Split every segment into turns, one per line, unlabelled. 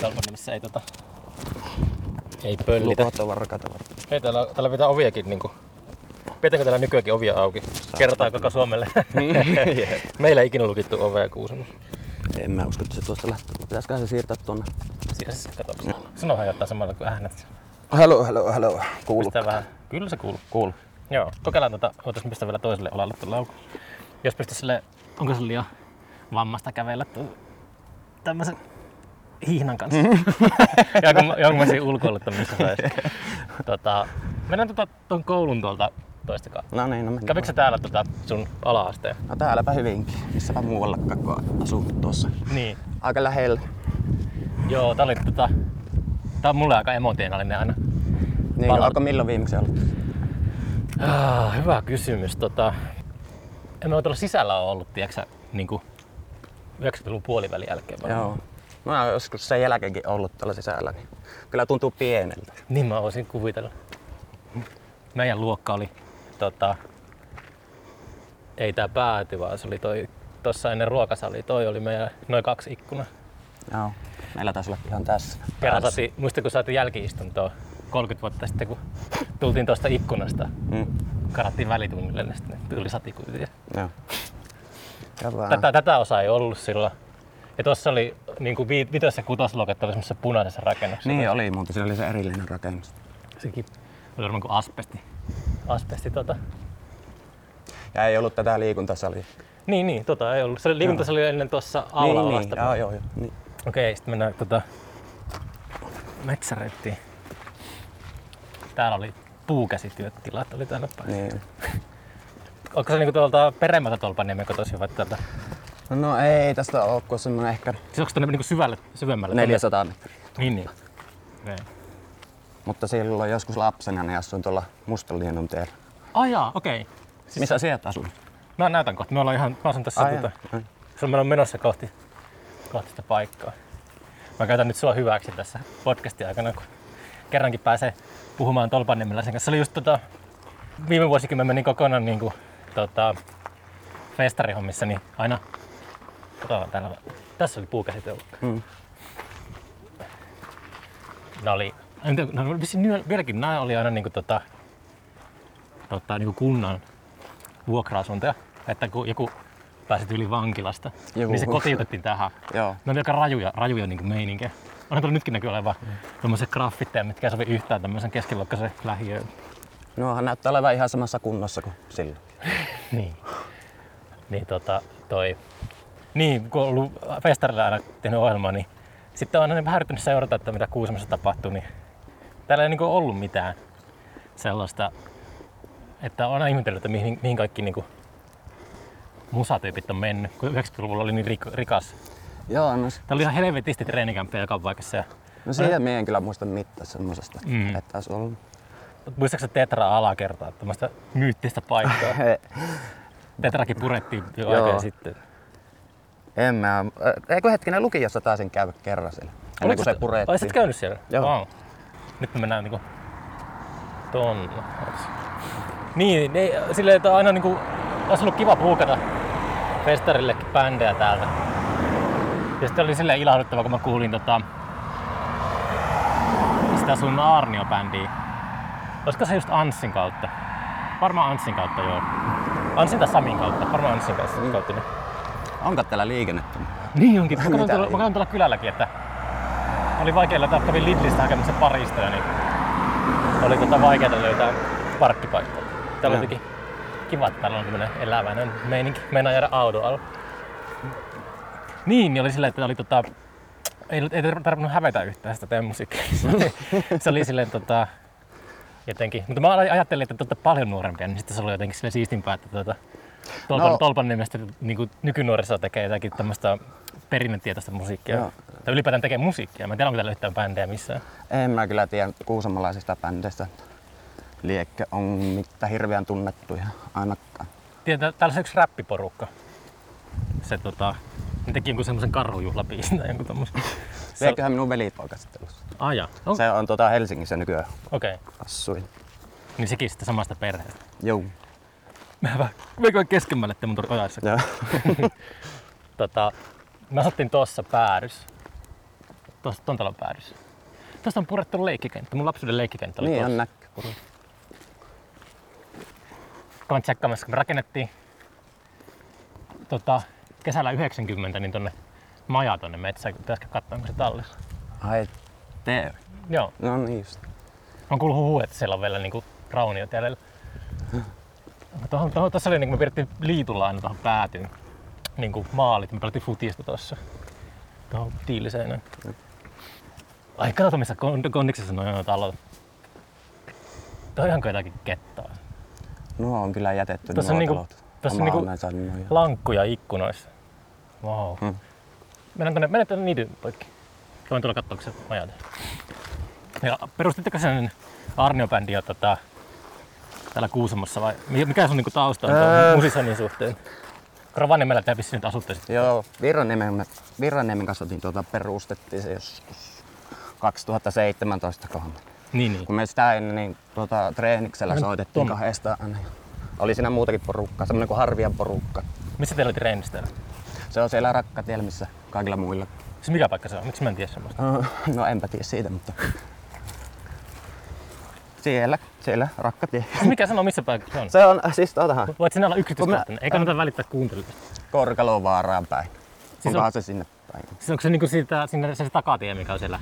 salmoni, missä ei tota... Ei pöllitä.
Lupahtavara, katavara.
Hei, täällä, täällä pitää oviakin niinku... Pidetäänkö täällä nykyäänkin ovia auki? Kertaa koko Suomelle. Niin. Meillä ei ikinä lukittu ovea kuusen.
En mä usko, että se tuosta lähtee. Pitäisiköhän se siirtää tuonne?
Siis, kato. Sinua hajottaa samalla kuin äänet.
Oh, Hello, hello, hello. Kuuluu.
Pistää vähän. Kyllä se kuuluu. Kuuluu. Joo, kokeillaan tota, voitaisiin pistää vielä toiselle olalle tuon laukun. Jos pystyisi sille, onko se liian vammasta kävellä tuon tämmöisen hiihnan kanssa. jonkun, jonkun mä siinä ulkoiluttamissa saisi. tota, mennään tuon tota, koulun tuolta toista kautta.
No niin, no mennään.
Kävikö sä täällä tota sun ala-asteen?
No täälläpä hyvinkin. Missäpä muuallakaan, kun asuu tuossa.
Niin.
Aika lähellä.
Joo, tää oli tota... Tää on mulle aika emotionaalinen aina.
Niin,
Palaut-
alkoi milloin viimeksi ollut?
Ah, hyvä kysymys. Tota, en mä tuolla sisällä ole ollut, tiedätkö niinku 90-luvun puolivälin jälkeen. varmaan.
Joo. Mä oon joskus sen jälkeenkin ollut tuolla sisällä, niin kyllä tuntuu pieneltä.
Niin mä voisin kuvitella. Meidän luokka oli, tota, ei tää pääty, vaan se oli toi, tossa ennen ruokasali, toi oli meidän noin kaksi ikkunaa.
Joo. Meillä taisi olla ihan tässä.
Kerran saatiin, muista kun saatiin jälkiistuntoa 30 vuotta sitten, kun tultiin tuosta ikkunasta,
Mm.
karattiin välitunnille, niin sitten tuli satikuitia.
Joo. Hyvä.
Tätä, tätä osaa ei ollut silloin. Ja tuossa oli niin kuin vi- vitos- ja kutosluoketta oli semmoisessa punaisessa rakennuksessa.
Niin oli muuten, sillä oli se erillinen rakennus.
Sekin oli varmaan kuin asbesti. Asbesti tota.
Ja ei ollut tätä liikuntasalia.
Niin, niin, tota ei ollut. Se liikunta oli ennen tuossa alla
niin, niin.
vasta.
Joo, joo, joo. Niin.
Okei, sitten mennään tota metsäreittiin. Täällä oli puukäsityötilat, oli täällä päin.
niin.
Onko se niinku tuolta peremmältä Tolpaniemen kotoisin vai täältä?
No ei tästä ole kuin semmoinen ehkä
Siis onko tuonne niinku syvälle, syvemmälle?
400 metriä.
Niin, niin. Näin.
Mutta silloin joskus lapsena niin asuin tuolla Mustanliennun teellä.
Ajaa, okei. Siis-
Missä sieltä Mm, asuin?
Mä näytän kohta. Me ollaan ihan, mä asun tässä
Ai,
tota,
ai.
Silloin me ollaan menossa kohti, kohti sitä paikkaa. Mä käytän nyt sua hyväksi tässä podcastin aikana, kun kerrankin pääsee puhumaan Tolpanniemiläisen kanssa. Se oli just tota, viime vuosikymmen menin kokonaan niin kuin, tota, festarihommissa, niin aina Katsotaan täällä. Tässä oli puukäsitelukka.
Mm.
Nää oli, en tiedä, nää oli vissiin nyö- vieläkin nämä oli aina niinku tota, tota, niinku kunnan vuokra-asuntoja. Että kun joku pääsit yli vankilasta,
Joku-
niin se kotiutettiin tähän.
Joo.
Ne oli aika rajuja, rajuja niinku meininkiä. Onhan tuolla nytkin näkyy olevan mm. tämmöisiä graffitteja, mitkä ei sovi yhtään tämmöisen keskiluokkaisen lähiöön.
Nuohan näyttää olevan ihan samassa kunnossa kuin silloin.
Niin. Niin tota, toi... Niin, kun on ollut festarilla aina tehnyt ohjelmaa, niin sitten on aina vähän yrittänyt seurata, että mitä Kuusamossa tapahtuu, niin täällä ei niinku ollut mitään sellaista, että on aina ihmetellyt, että mihin, mihin kaikki niinku musatyypit on mennyt, kun 90-luvulla oli niin rik- rikas.
Joo, no, s-
Täällä oli ihan helvetisti treenikämppejä joka paikassa. Ja,
no siitä mä en kyllä muista mitään semmosesta, mm. että olisi ollut.
muistaakseni Tetra alakertaa, tämmöistä myyttistä paikkaa. Tetrakin purettiin jo
Joo.
aikaa sitten.
en mä, äh, eikö hetkinen lukiossa taisin käydä kerran siellä, ennen
Oliko
kuin se purettiin.
Olisit käynyt siellä?
Joo.
Vau. Nyt me mennään niinku ton. Niin, niin silleen, että aina niinku, olisi ollut kiva puukata festarillekin bändejä täältä. Ja sitten oli silleen ilahduttava, kun mä kuulin tota, sitä sun Arnio-bändiä. Olisiko se just Anssin kautta? Varmaan Anssin kautta, joo. Anssin tai Samin kautta, varmaan Anssin kanssa
Mm.
kautta. Niin.
Onko täällä liikennettä?
Niin onkin. Mä katson
Mitä
tuolla,
ei?
mä katson tuolla kylälläkin, että oli vaikea löytää, kävin Lidlistä hakemassa parista, niin oli tota vaikeaa löytää parkkipaikkaa. Täällä on
Joo.
jotenkin kiva, että täällä on tämmönen eläväinen meininki. Meinaa jäädä auton alla. Niin, niin oli sillä, että oli tota, ei, ei tar- tarvinnut hävetä yhtään sitä teidän musiikkia. se oli silleen tota, jotenkin, mutta mä ajattelin, että te olette paljon nuorempia, niin sitten se oli jotenkin sille siistimpää, että tuota, Tolpan, no.
No.
Tolpan nimestä niin kuin nykynuoriso tekee jotakin tämmöistä perinnetietoista musiikkia.
Joo.
Tai ylipäätään tekee musiikkia. Mä en tiedä, onko täällä yhtään bändejä missään.
En mä kyllä tiedä kuusamalaisista bändeistä. Liekkä on mitään hirveän tunnettuja ainakaan.
Tiedän, täällä on se yksi räppiporukka. Se tota, ne teki jonkun semmoisen karhujuhlabiisin tai jonkun tommosen. Se-
Lieköhän minun velipoika sitten ollut.
Aja. On-
Se on tuota Helsingissä nykyään
Okei.
assuin.
Niin sekin sitten samasta perheestä.
Joo.
Mä vähän, meikö vähän keskemmälle te mun tuli ojassa.
Joo.
Tota, mä asuttiin tuossa päädys. tuossa ton talon päädyssä. Tuosta on purettu leikkikenttä. Mun lapsuuden leikkikenttä oli
Niin on
tuossa.
näkyy.
Kävin tsekkaamassa, kun me rakennettiin tota, kesällä 90 niin tonne maja tonne metsään, kun pitäisikö katsoa, onko se tallissa.
Ai tee.
Joo.
No niin just.
On kuullut huhu, että siellä on vielä niinku rauniot jäljellä. Tuohon, tuohon, tuossa oli, niin me pidettiin liitulla aina tuohon päätyyn niinku maalit. Me pelattiin futista tuossa. Tuohon tiiliseinään. Ai kato, missä kon- kondiksessa noin on talot. Toi on ihan jotakin kettaa.
Nuo on kyllä jätetty
Tässä on
nuo
niinku-
talot.
tässä on
Mä
niinku-
oon näin saanut noja.
Lankkuja ikkunoissa. Wow.
Mm.
Hmm. Mennään tonne, mennään tonne niidyn poikki. Voin tulla katsoa, onko se majat. Ja perustitteko sen Arnio-bändi jo tota, täällä Kuusamossa vai mi- mikä sun niinku tausta on
Öö.
tuon musisonin suhteen? Rovaniemellä te vissiin nyt asutte sit.
Joo, Virraniemen, Virraniemen kanssa otin tuota, perustettiin se joskus 2017 kohdalla.
Niin, niin.
Kun me sitä ennen niin tuota, treeniksellä
Ai,
soitettiin
tuon-
kahdestaan aina. ja Oli siinä muutakin porukkaa, semmoinen kuin Harvian porukka.
Missä teillä oli treenis täällä?
Se on siellä rakkatiellä, missä kaikilla muilla.
Siis mikä paikka se on? Miksi mä en tiedä semmoista?
No enpä tiedä siitä, mutta... Siellä, siellä rakkatie.
Siis mikä sanoo, missä paikka se on?
Se on siis tuotahan
Voit sinä olla yksityiskohtainen. Ei kannata välittää kuuntelijoista.
Korkalovaaraan päin.
Siis
Onkohan
on-
se sinne päin?
Siis onko se niinku siitä, sinne, se, se takatie, mikä on siellä?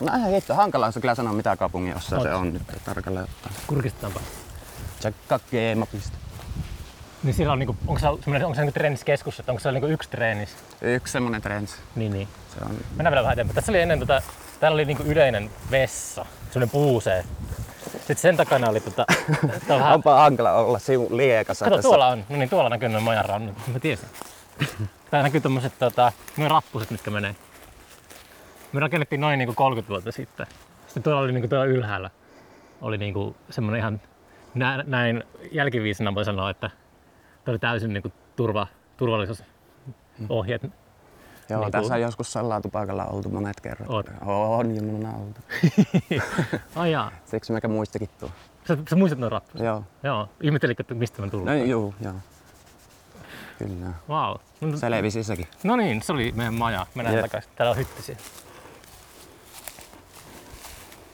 No ei hitto, hankala on se kyllä sanoa mitä kaupungin osa se
Oot.
on nyt tarkalleen ottaen.
Kurkistetaanpa.
Tsekkaa geemapista.
Niin siellä on niinku, onko se, semmoinen, onko se niinku treeniskeskus, että onko se niinku yksi treenis?
Yksi semmonen trends.
Niin, niin.
Se on.
Mennään vielä vähän eteenpäin. Tässä oli ennen tota, täällä oli niinku yleinen vessa, semmoinen puusee. Sitten sen takana oli tota, tää on vähän,
Onpa hankala olla sivu liekassa
kato tuolla on, no niin tuolla näkyy noin majan rannat, mä tiesin. Täällä näkyy tommoset tota, noin rappuset, mitkä menee. Me rakennettiin noin niinku 30 vuotta sitten. Sitten tuolla oli niinku tuolla ylhäällä, oli niinku semmoinen ihan, nä, näin jälkiviisana voi sanoa, että tää oli täysin niinku turva, turvallisuusohjeet.
Joo,
Niinku-
tässä on joskus salaa tupakalla oltu monet kerrat.
Oot.
On jumana oltu.
Ai jaa.
Siksi mekä muistakin tuo.
Sä, sä muistat noin rappuset?
Joo.
Joo, ihmettelikö, että mistä mä tullut?
No juu, joo. Kyllä.
Vau. Wow.
Selvisi sekin.
No niin, se oli meidän maja. Mennään
Jep.
Jep. takaisin. Täällä on hytti siellä.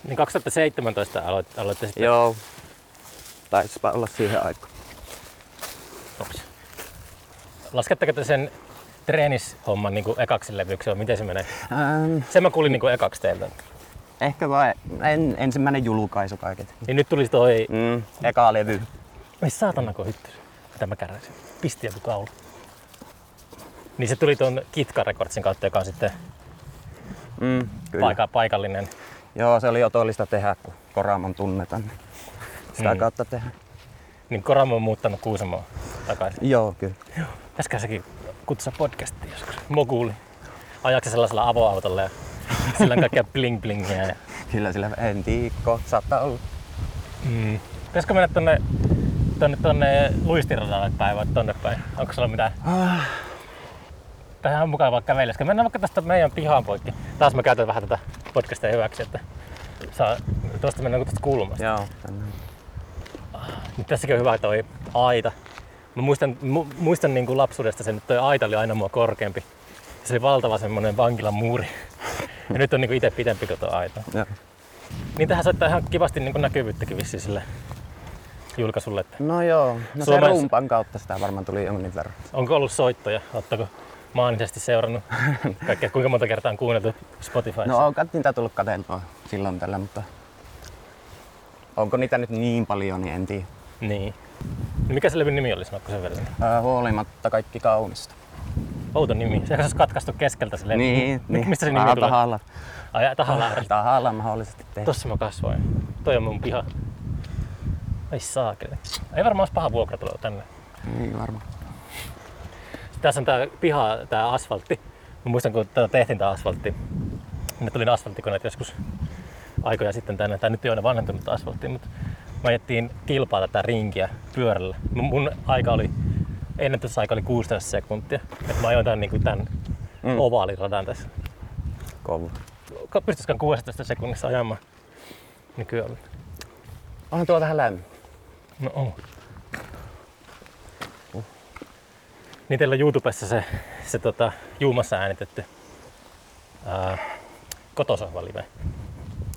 Niin 2017 aloit, aloitte sitten.
Joo. Taisipa olla siihen aikaan.
Ops. Lasketteko te sen treenishomman niin kuin ekaksi levyksi vai miten se menee?
Ähm,
Sen mä kuulin niin kuin ekaksi teiltä.
ehkä vai en, ensimmäinen julkaisu kaiket.
Niin nyt tuli toi...
Mm, eka levy.
Ei saatana kun hytty. Mitä mä kärräsin? Pisti joku kaula. Niin se tuli tuon Kitka Recordsin kautta, joka on sitten
Mm, kyllä.
paika, paikallinen.
Joo, se oli otollista tehdä, kun Koramon tunnetaan. niin Sitä
Mm.
kautta tehdä.
Niin Koramo on muuttanut Kuusamoon takaisin.
Joo, kyllä.
Pitäisikö sekin kutsua podcastia joskus? Moguli. Ajaksi sellaisella avoautolla ja sillä on kaikkea bling blingiä. Ja...
Kyllä sillä en tiikko, saattaa olla.
Mm. Pitäisikö mennä tonne, tonne, tonne luistiradalle päin vai tonne päin? Onko sulla mitään? Tähän on mukavaa kävellä. Mennään vaikka tästä meidän pihaan poikki. Taas mä käytän vähän tätä podcastia hyväksi, että saa, tuosta mennään kuin tästä kulmasta.
Joo. tänne.
Nyt tässäkin on hyvä toi aita. Mä muistan, mu, muistan niin kuin lapsuudesta sen, että toi aita oli aina mua korkeampi. Se oli valtava semmonen vankilan muuri. Ja nyt on niin itse pitempi kuin tuo aita.
Joo.
Niin tähän saattaa ihan kivasti niin näkyvyyttäkin vissiin sille julkaisulle. Että
No joo, no se
Suomessa-
rumpan kautta sitä varmaan tuli jonkin verran.
onko ollut soittoja? Oletteko maanisesti seurannut kaikkea? Kuinka monta kertaa on kuunneltu Spotifyssa?
No on kat- niitä tullut katseltua silloin tällä, mutta onko niitä nyt niin paljon, niin en tiedä.
Niin. No mikä se levyn nimi oli, sanotko sen verran?
Ää, Äh, huolimatta kaikki kaunista.
Outo nimi. Se olisi katkaistu keskeltä se levy.
Niin,
Mi-
niin.
Mistä se nimi
Vähän
tulee?
Tahalla,
Ai, tahalla.
tahalla mahdollisesti tehdä.
Tossa mä kasvoin. Toi on mun piha. Ei saakeli. Ei varmaan olisi paha vuokratalo tänne.
Niin varmaan.
Sitten Tässä on tää piha, tää asfaltti. Mä muistan, kun tätä tehtiin tää asfaltti. Ne tuli ne asfalttikoneet joskus aikoja sitten tänne. Tää nyt ei ole vanhentunut asfalttiin, mutta me ajettiin kilpaa tätä rinkiä pyörällä. Mun, mun aika oli, ennätysaika oli 16 sekuntia. Et mä ajoin tän, niin tän mm. ovaaliradan tässä.
Kova.
Ka- Pystyisikään 16 sekunnissa ajamaan Niin nykyään.
Onhan tuo vähän lämmin.
No on. Niin teillä on YouTubessa se, se tota, Juumassa äänitetty ää, kotosohvalive.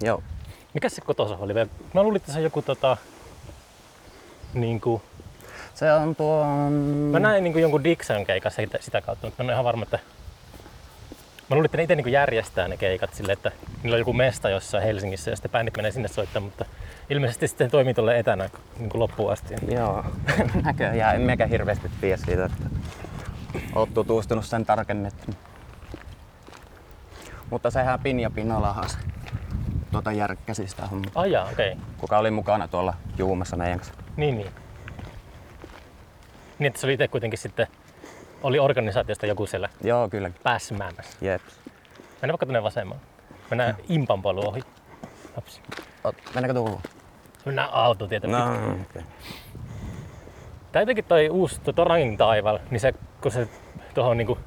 Joo.
Mikä se kotosohvalive? Mä luulin, että se on joku tota... Niinku,
Se on tuo...
mä näin niinku jonkun Dixon keikassa sitä, sitä kautta, mutta mä en ole ihan varma, että... Mä luulin, että ne itse niinku järjestää ne keikat silleen, että niillä on joku mesta jossain Helsingissä ja sitten bändit menee sinne soittamaan, mutta ilmeisesti sitten toimii tuolle etänä niinku loppuun asti.
Joo. Näköjään en mekään hirveästi tiedä siitä, että oot tutustunut sen tarkemmin. että- Mutta sehän Pinja Pinalahan se tuota järkkäsi sitä hommaa,
Ai jaa, okei. Okay.
kuka oli mukana tuolla juumassa meidän kanssa.
Niin, niin. Niin, että se oli itse kuitenkin sitten, oli organisaatiosta joku siellä
Joo, kyllä.
pääsmäämässä.
Jep.
Mennään vaikka tuonne vasemmalle. Mennään impan polun ohi. Hops.
Oot, mennäänkö tuohon?
Mennään autotietä. No.
Okay.
Tää jotenkin toi uusi toi Torangin taival, niin se, kun se tuohon niinku,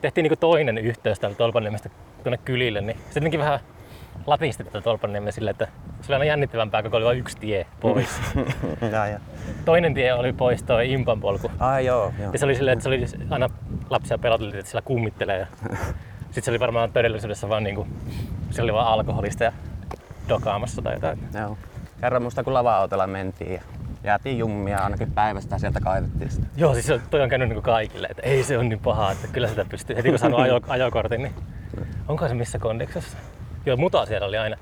tehtiin niinku toinen yhteys täältä Tolpaniemestä tuonne kylille, niin se jotenkin vähän latisti tätä Tolpaniemeä silleen, että se oli aina jännittävämpää, kun oli vain yksi tie pois.
Jaa, jaa.
toinen tie oli pois toi impan polku.
Ai joo, joo.
Ja Niin se oli silleen, että se oli aina lapsia peloteltiin, että sillä kummittelee. Ja sit se oli varmaan todellisuudessa vaan niinku, se oli vaan alkoholista ja dokaamassa tai jotain.
Joo. Kerran muista kun lava-autolla mentiin ja jäätiin jummia ainakin päivästä sieltä kaivettiin sitä.
Joo, siis se- toi on käynyt niinku kaikille, että ei se on niin paha, että kyllä sitä pystyy. Heti kun saanut ajo, ajokortin, niin onko se missä kondiksessa? Joo, muta siellä oli aina.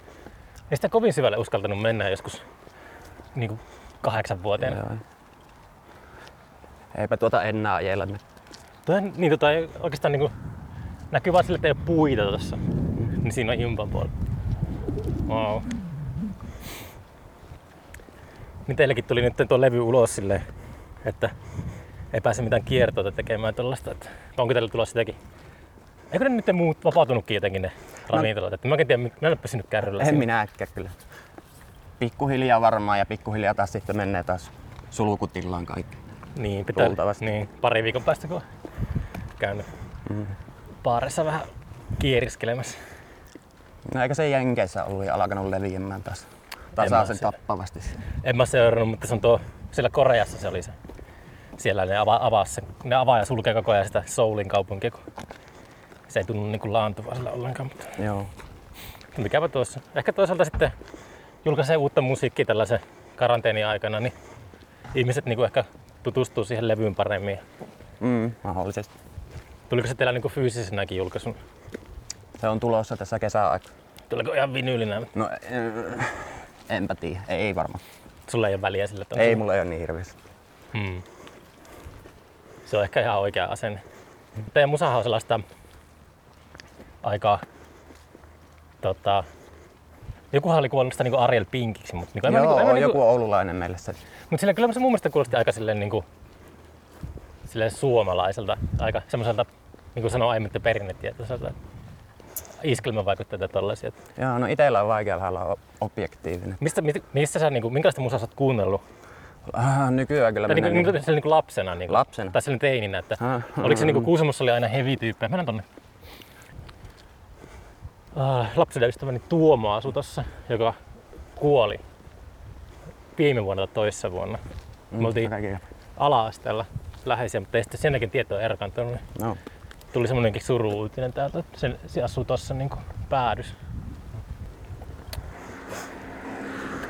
Ei sitä kovin syvälle uskaltanut mennä joskus niinku kahdeksanvuotiaana.
Joo. Eipä tuota enää ajella nyt.
Tuo, niin, tota, ei oikeastaan niin kuin, näkyy vaan sille, että ei ole puita tuossa. Niin siinä on impan puolella. Wow. Niin teilläkin tuli nyt tuo levy ulos silleen, että ei pääse mitään kiertoa tekemään tuollaista. että- Onko teillä tulossa sitäkin? Eikö ne nyt muut vapautunutkin jotenkin ne ravintolat? Että mä en tiedä, mä en ole pysynyt kärryllä.
No. En
siinä.
minäkään kyllä. Pikkuhiljaa varmaan ja pikkuhiljaa taas sitten menee taas sulkutilaan kaikki.
Niin, pitää.
Luultavasti.
Niin, pari viikon päästä kun on käynyt
Mm.
baarissa vähän kieriskelemässä.
No eikö se Jenkeissä ollut ja alkanut leviämään taas
En mä
tasaisen
sitä-
tappavasti?
En mä seurannut, mutta se on tuo, siellä Koreassa se oli se. Siellä ne avaa, avaa, se, ne avaa ja sulkee koko ajan sitä Soulin kaupunkia, kun se ei tunnu niinku laantuvan sillä ollenkaan. Mutta
Joo.
mikäpä tuossa. Ehkä toisaalta sitten julkaisee uutta musiikkia tällaisen karanteeni aikana, niin ihmiset niinku ehkä tutustuu siihen levyyn paremmin.
Mm, mahdollisesti.
Tuliko se teillä niinku fyysisenäkin julkaisuna?
Se on tulossa tässä kesäaikaan.
Tuliko ihan vinyylinä?
No, äh, enpä tiedä. Ei, ei varmaan.
Sulla ei ole väliä sillä että on
Ei
se-
mulla ei ole niin hirveästi.
Hmm. Se on ehkä ihan oikea asenne. Teidän musahan on sellaista aika... Tota, jokuhan oli kuollut sitä niin Ariel Pinkiksi, mutta niin
Joo,
niin
on niinku- joku oululainen meille se.
mutta sillä kyllä se mun mielestä kuulosti aika silleen, niin kuin, silleen suomalaiselta, aika semmoiselta, niin kuin sanoin aiemmin, että perinnetietoiselta iskelmävaikutteita tollaisia. Et
Joo, no itellä on vaikea olla o- objektiivinen.
Mistä, mit, missä sä, niin kuin, minkälaista musaa sä oot kuunnellut?
Ah, nykyään kyllä
Tai
minä...
niinku,
Niin,
niinku, sillä niinku lapsena. Niinku,
Lapsena?
Tai sillä teininä. Että,
Ah,
oliko se niinku Kuusamossa oli aina heavy tyyppejä? Mennään tonne. Ah, lapsuuden ystäväni Tuomo asui tossa, joka kuoli viime vuonna tai toissa vuonna.
Mm.
Me oltiin
Kaikilla.
ala-asteella läheisiä, mutta ei sitten sen jälkeen tietoa erkantunut.
No.
Tuli semmoinenkin suru-uutinen täältä, että se, se asuu tossa niinku päädys.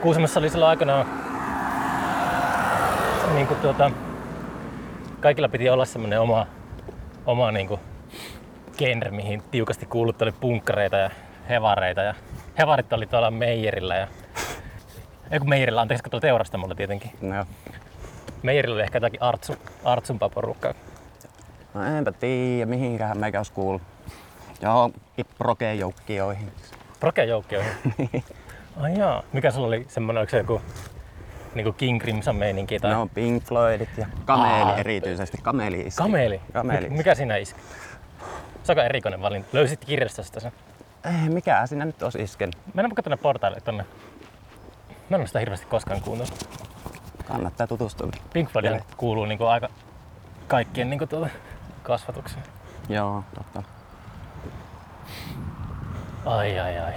Kuusamossa oli silloin aikanaan niinku tuota, kaikilla piti olla semmoinen oma, oma niinku genre, mihin tiukasti kuulut oli punkkareita ja hevareita. Ja hevarit oli tuolla Meijerillä ja ei kun Meijerillä, anteeksi, kun tuolla teurastamolla tietenkin.
No.
Meijerillä oli ehkä jotakin artsu, artsumpaa porukkaa.
no enpä tiedä, mihinkähän meikä olisi kuullut. Joo, proke joukkioihin.
Prokejoukki on. Ai jaa. Mikä sulla oli semmonen, oliko se joku niinku King Crimson meininki tai
No, Pink Floydit ja Kameli
Aa.
erityisesti. Kameli iski.
Kameli?
Kameli.
Mik- Mikä siinä iski? Se on aika erikoinen valinta. Löysit kirjastosta sen.
Ei, mikä siinä Eh, nyt olisi iskenyt?
Mennään vaikka tonne portaille tonne. Mä en ole sitä hirveästi koskaan kuunnellut.
Kannattaa tutustua.
Pink Floyd
Kyllä.
kuuluu niinku aika kaikkien niinku tuota kasvatukseen.
Joo, totta.
Ai ai ai.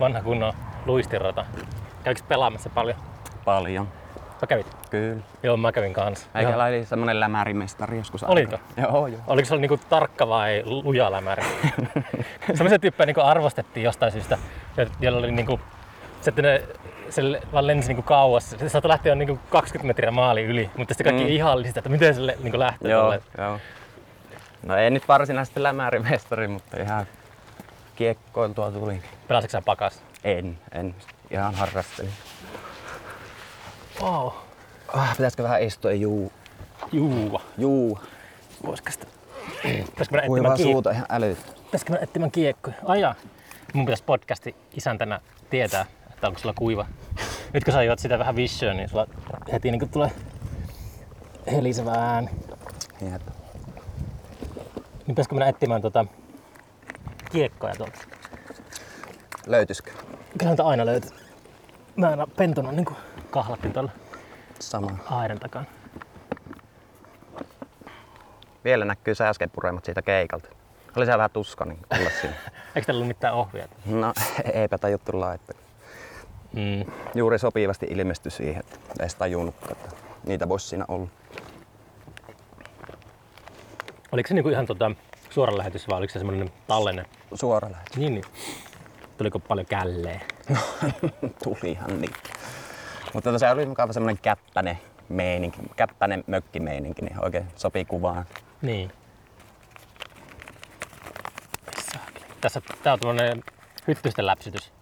Vanha kunnon luistinrata. Käykö pelaamassa paljon?
Paljon.
Sä kävit?
Kyllä.
Joo, mä kävin kanssa.
Eikä laili semmonen lämärimestari joskus
Oliko?
aikana. Joo, joo.
Oliko se ollut niinku tarkka vai luja lämäri? Semmoisia tyyppejä niinku arvostettiin jostain syystä, jo- joilla oli niinku, se, että ne, se le- vaan lensi niinku kauas. Se saattoi lähteä jo niinku 20 metriä maali yli, mutta sitten kaikki
Mm.
mm. ihaili sitä, että miten se le- niinku lähtee
Joo,
tolleen.
joo. No ei nyt varsinaisesti lämärimestari, mutta ihan kiekkoiltua tuli.
Pelasitko sä pakas?
En, en. Ihan harrastelin.
Wow.
Ah, pitäisikö vähän istua? Juu.
Juu.
Juu.
Voisiko sitä? Pitäisikö mennä
Voi
etsimään
vaan
kiekkoja?
suuta ihan älyttä.
Pitäisikö mennä etsimään kiekkoja? Aja. Mun pitäisi podcasti isäntänä tietää, että onko sulla kuiva. Nyt kun sä juot sitä vähän vissyä, niin sulla heti niin tulee helisevä ääni.
Jep.
Niin pitäisikö mennä etsimään tota kiekkoja tuolta?
Löytyisikö?
Kyllä niitä aina löytyy. Mä aina pentona niin kahlatin tuolla
Sama.
aidan takana.
Vielä näkyy sääsken puremat siitä keikalta. Oli se vähän tuska niin olla siinä.
Eikö täällä ollut mitään ohjeita?
No, eipä tajuttu laittaa.
Mm.
Juuri sopivasti ilmestyi siihen, että edes tajunnutkaan, että niitä voisi siinä olla.
Oliko se niinku ihan tota suora lähetys vai oliko se semmoinen tallenne?
Suora lähetys.
Niin, niin. Tuliko paljon källeä?
Tulihan niin. Mutta tota, se oli mukava semmoinen käppäinen meininki, käppäinen mökkimeininki, niin oikein sopii kuvaan.
Niin. Saakeli. Tässä tää on tuollainen hyttysten läpsytys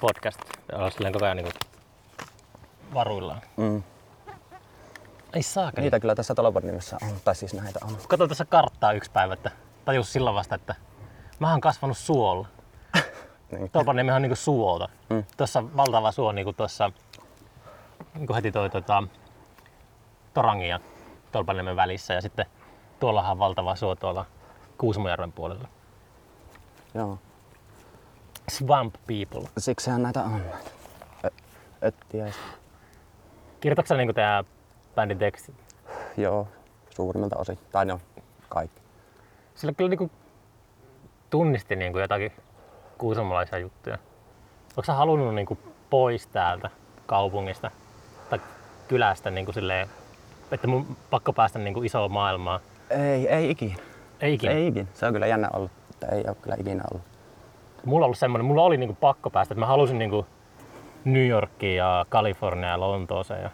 podcast. Ollaan silleen koko ajan niinku varuillaan.
Mm.
Ei saakeli.
Niitä kyllä tässä Tolopodnimessä on, tai siis näitä on.
Katsoin tässä karttaa yksi päivä, että tajus silloin vasta, että mä oon kasvanut suolla.
Niin.
Tolpaniemi on niinku suolta. Mm. Tuossa on valtava suo niinku tuossa niinku heti toi tota, Torangin ja Tolpaniemen välissä ja sitten tuollahan on valtava suo tuolla Kuusmojärven puolella.
Joo.
Swamp people.
Siksihän näitä on. näitä. Ö, Et tiedä.
Kirjoitatko sä niinku tää bändin tekstit?
Joo, suurimmalta osin. Tai no, kaikki.
Sillä kyllä niinku tunnisti niinku jotakin kuusumalaisia juttuja. Onko sä halunnut niinku pois täältä kaupungista tai kylästä niinku silleen, että mun pakko päästä niinku isoon maailmaan?
Ei, ei ikinä.
Ei ikinä.
Ei ikinä. Se on kyllä jännä ollut, mutta ei ole kyllä ikinä ollut.
Mulla, on ollut semmonen, mulla oli niinku pakko päästä, että mä halusin niinku New Yorkiin ja Kaliforniaan ja Lontooseen. Ja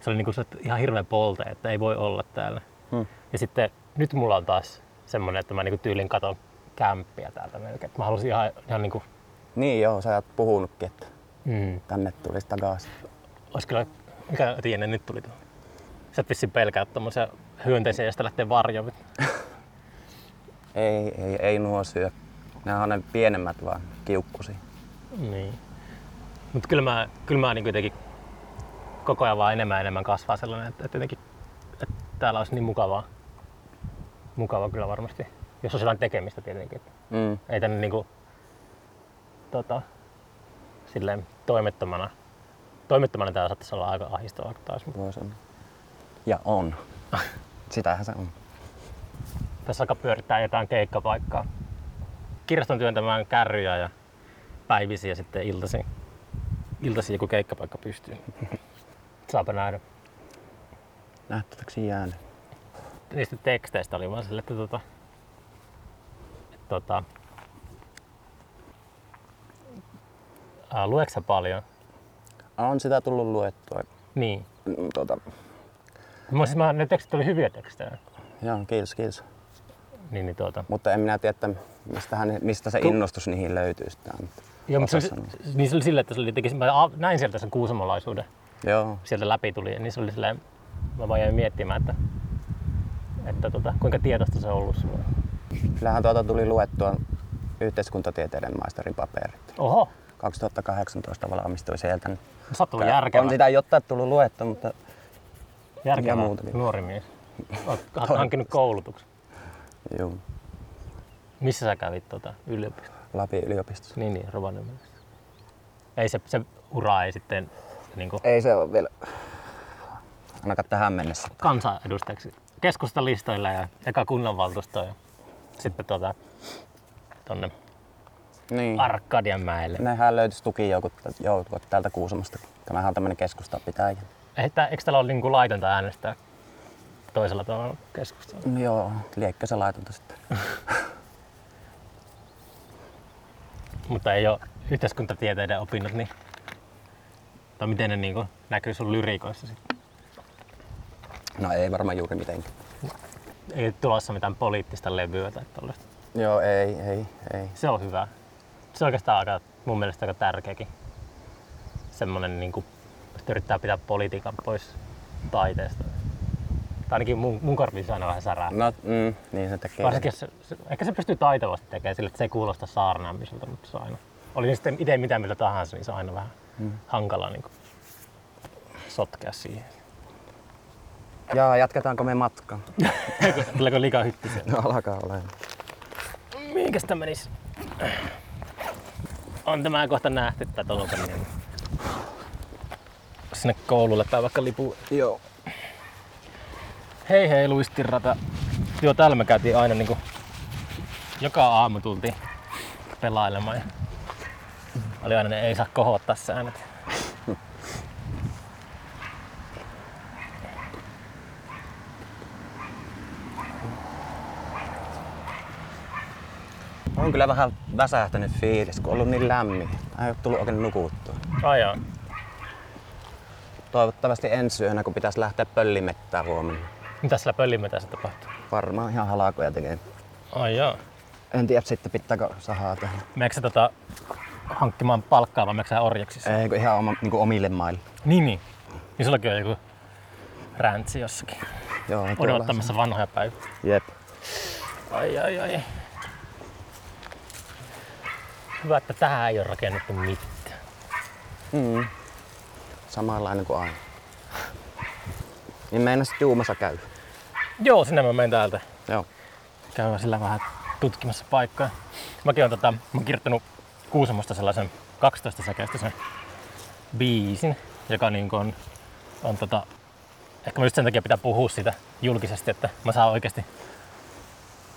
se oli niinku se, että ihan hirveä polte, että ei voi olla täällä.
Hmm.
Ja sitten nyt mulla on taas semmonen, että mä niinku tyylin katon kämppiä täältä melkein. Mä halusin ihan, ihan niinku,
Niin joo, sä oot puhunutkin, että
mm,
tänne tulisi takaisin.
olisi kyllä, mikä tienne nyt tuli tuohon. Sä et vissiin pelkää tommosia hyönteisiä, josta lähtee varjoon.
Ei, ei, ei nuo syö. Nämä on ne pienemmät vaan kiukkusi.
Niin. Mutta kyllä mä, kyllä mä niin jotenkin koko ajan vaan enemmän ja enemmän kasvaa sellainen, että, että, jotenkin, että täällä olisi niin mukavaa. Mukavaa kyllä varmasti, jos on jotain tekemistä tietenkin. Että
Mm.
ei tänne niinku, tota, silleen toimettomana, toimettomana täällä saattaisi olla aika ahistavaa taas. Mutta
Voi sanoa. Ja on. Sitähän se on.
tässä alkaa pyörittää jotain keikkapaikkaa. Kirjaston työntämään kärryjä ja päivisin ja sitten iltaisin. Iltaisin joku keikkapaikka pystyy. Saapa nähdä.
Nähtäväksi jäänyt.
niistä teksteistä oli vaan sille, että tota, että tota, ää, lueksä paljon?
On sitä tullut luettua.
Niin.
Mm, Tota,
Mä, siis mä, ne tekstit oli hyviä tekstejä.
joo, kiitos, kiitos.
Niin, niin tuota.
Mutta en minä tiedä, että mistähän, mistä se
Tu-
innostus niihin löytyy sitten.
Joo, mutta se,
Osassa
oli- niin se oli silleen, että se oli jotenkin, mä a- näin sieltä sen kuusamolaisuuden,
Joo,
sieltä läpi tuli, ja niin se oli silleen, mä vaan jäin miettimään, että, että tota, kuinka tiedosta se on ollut sulla.
kyllähän tuota tuli luettua yhteiskuntatieteiden maisterin paperit.
Oho, no
2018 valmistui sieltä. niin
sä oot ollut järkevä,
On sitä jotain tullut luettua, mutta
järkevä
ja muutakin.
nuori mies. Oot hankkinut koulutuksen.
juu,
Missä sä kävit tota, yliopistossa?
Lapin yliopistossa.
Niin, niin, Rovaniemellä. Ei se, se ura ei sitten niin kuin,
Ei se ole vielä, ainakaan tähän mennessä.
kansanedustajaksi keskustan listoilla ja eka kunnanvaltuustoon ja sitten tuota, tonne
Niin.
Arkadianmäelle.
Nehän löytyisi tukijoukot joukot täältä Kuusamosta. Tämähän on tämmöinen keskusta pitää.
Ei tää- Eikö täällä ole niinku laitonta äänestää toisella tavalla keskustelulla?
No Joo, liekkö se laitonta sitten.
Mutta ei ole yhteiskuntatieteiden opinnot, niin... Tai miten ne niinku näkyy sun lyriikoissa sit?
No ei varmaan juuri mitenkään.
Ei ole tulossa mitään poliittista levyä tai tollaista.
Joo, ei, ei, ei.
Se on hyvä. Se on oikeastaan aika, mun mielestä aika tärkeäkin. Semmonen niinku, että yrittää pitää politiikan pois taiteesta. Tai ainakin mun, mun korviin se aina vähän särää.
No, mm, niin se tekee.
Varsinkin, jos se, se, ehkä se pystyy taitavasti tekemään sille, että se ei kuulosta saarnaamiselta, mutta se on aina. Oli se sitten itse mitä mieltä tahansa, niin se on aina vähän mm. hankala niin sotkea siihen.
Jaa, jatketaanko me matkaa?
Tuleeko liikaa hyttisiä?
No alkaa olemaan.
Mihinkäs tämä menisi? On tämä kohta nähty tätä tolopaniin. Sinne koululle tai vaikka lipu.
Joo.
Hei hei Luistin rata. Joo, täällä me käytiin aina niinku joka aamu tultiin pelailemaan. Ja oli aina ne ei saa kohottaa säännöt.
On kyllä vähän väsähtänyt fiilis, kun on ollut niin lämmin. Ei ole tullut oikein nukuttua.
Ajaa.
Toivottavasti ensi yönä, kun pitäisi lähteä pöllimettään huomenna.
Mitä sillä pöllimetässä tapahtuu?
Varmaan ihan halakoja tekee.
Ajaa.
En tiedä sitten pitääkö sahaa tehdä.
Meneekö sä tota, hankkimaan palkkaa vai meneekö sä orjaksi? sinne?
Ei, kun ihan oma, niin kuin omille maille.
Niin, niin. Niin sullakin on joku räntsi jossakin.
Joo, tuolla-
Odottamassa vanhoja päiviä.
Jep.
Ai ai ai. Hyvä, että tähän ei ole rakennettu mitään.
Mm. Samanlainen kuin aina. Niin meinas juumassa käy.
Joo, sinne mä menen täältä.
Joo.
Käydään sillä vähän tutkimassa paikkaa. Mäkin olen tota, mä oon kirjoittanut Kuusamosta sellaisen 12 säkeistä sen biisin, joka niin on, on tota, ehkä mä just sen takia pitää puhua sitä julkisesti, että mä saan oikeasti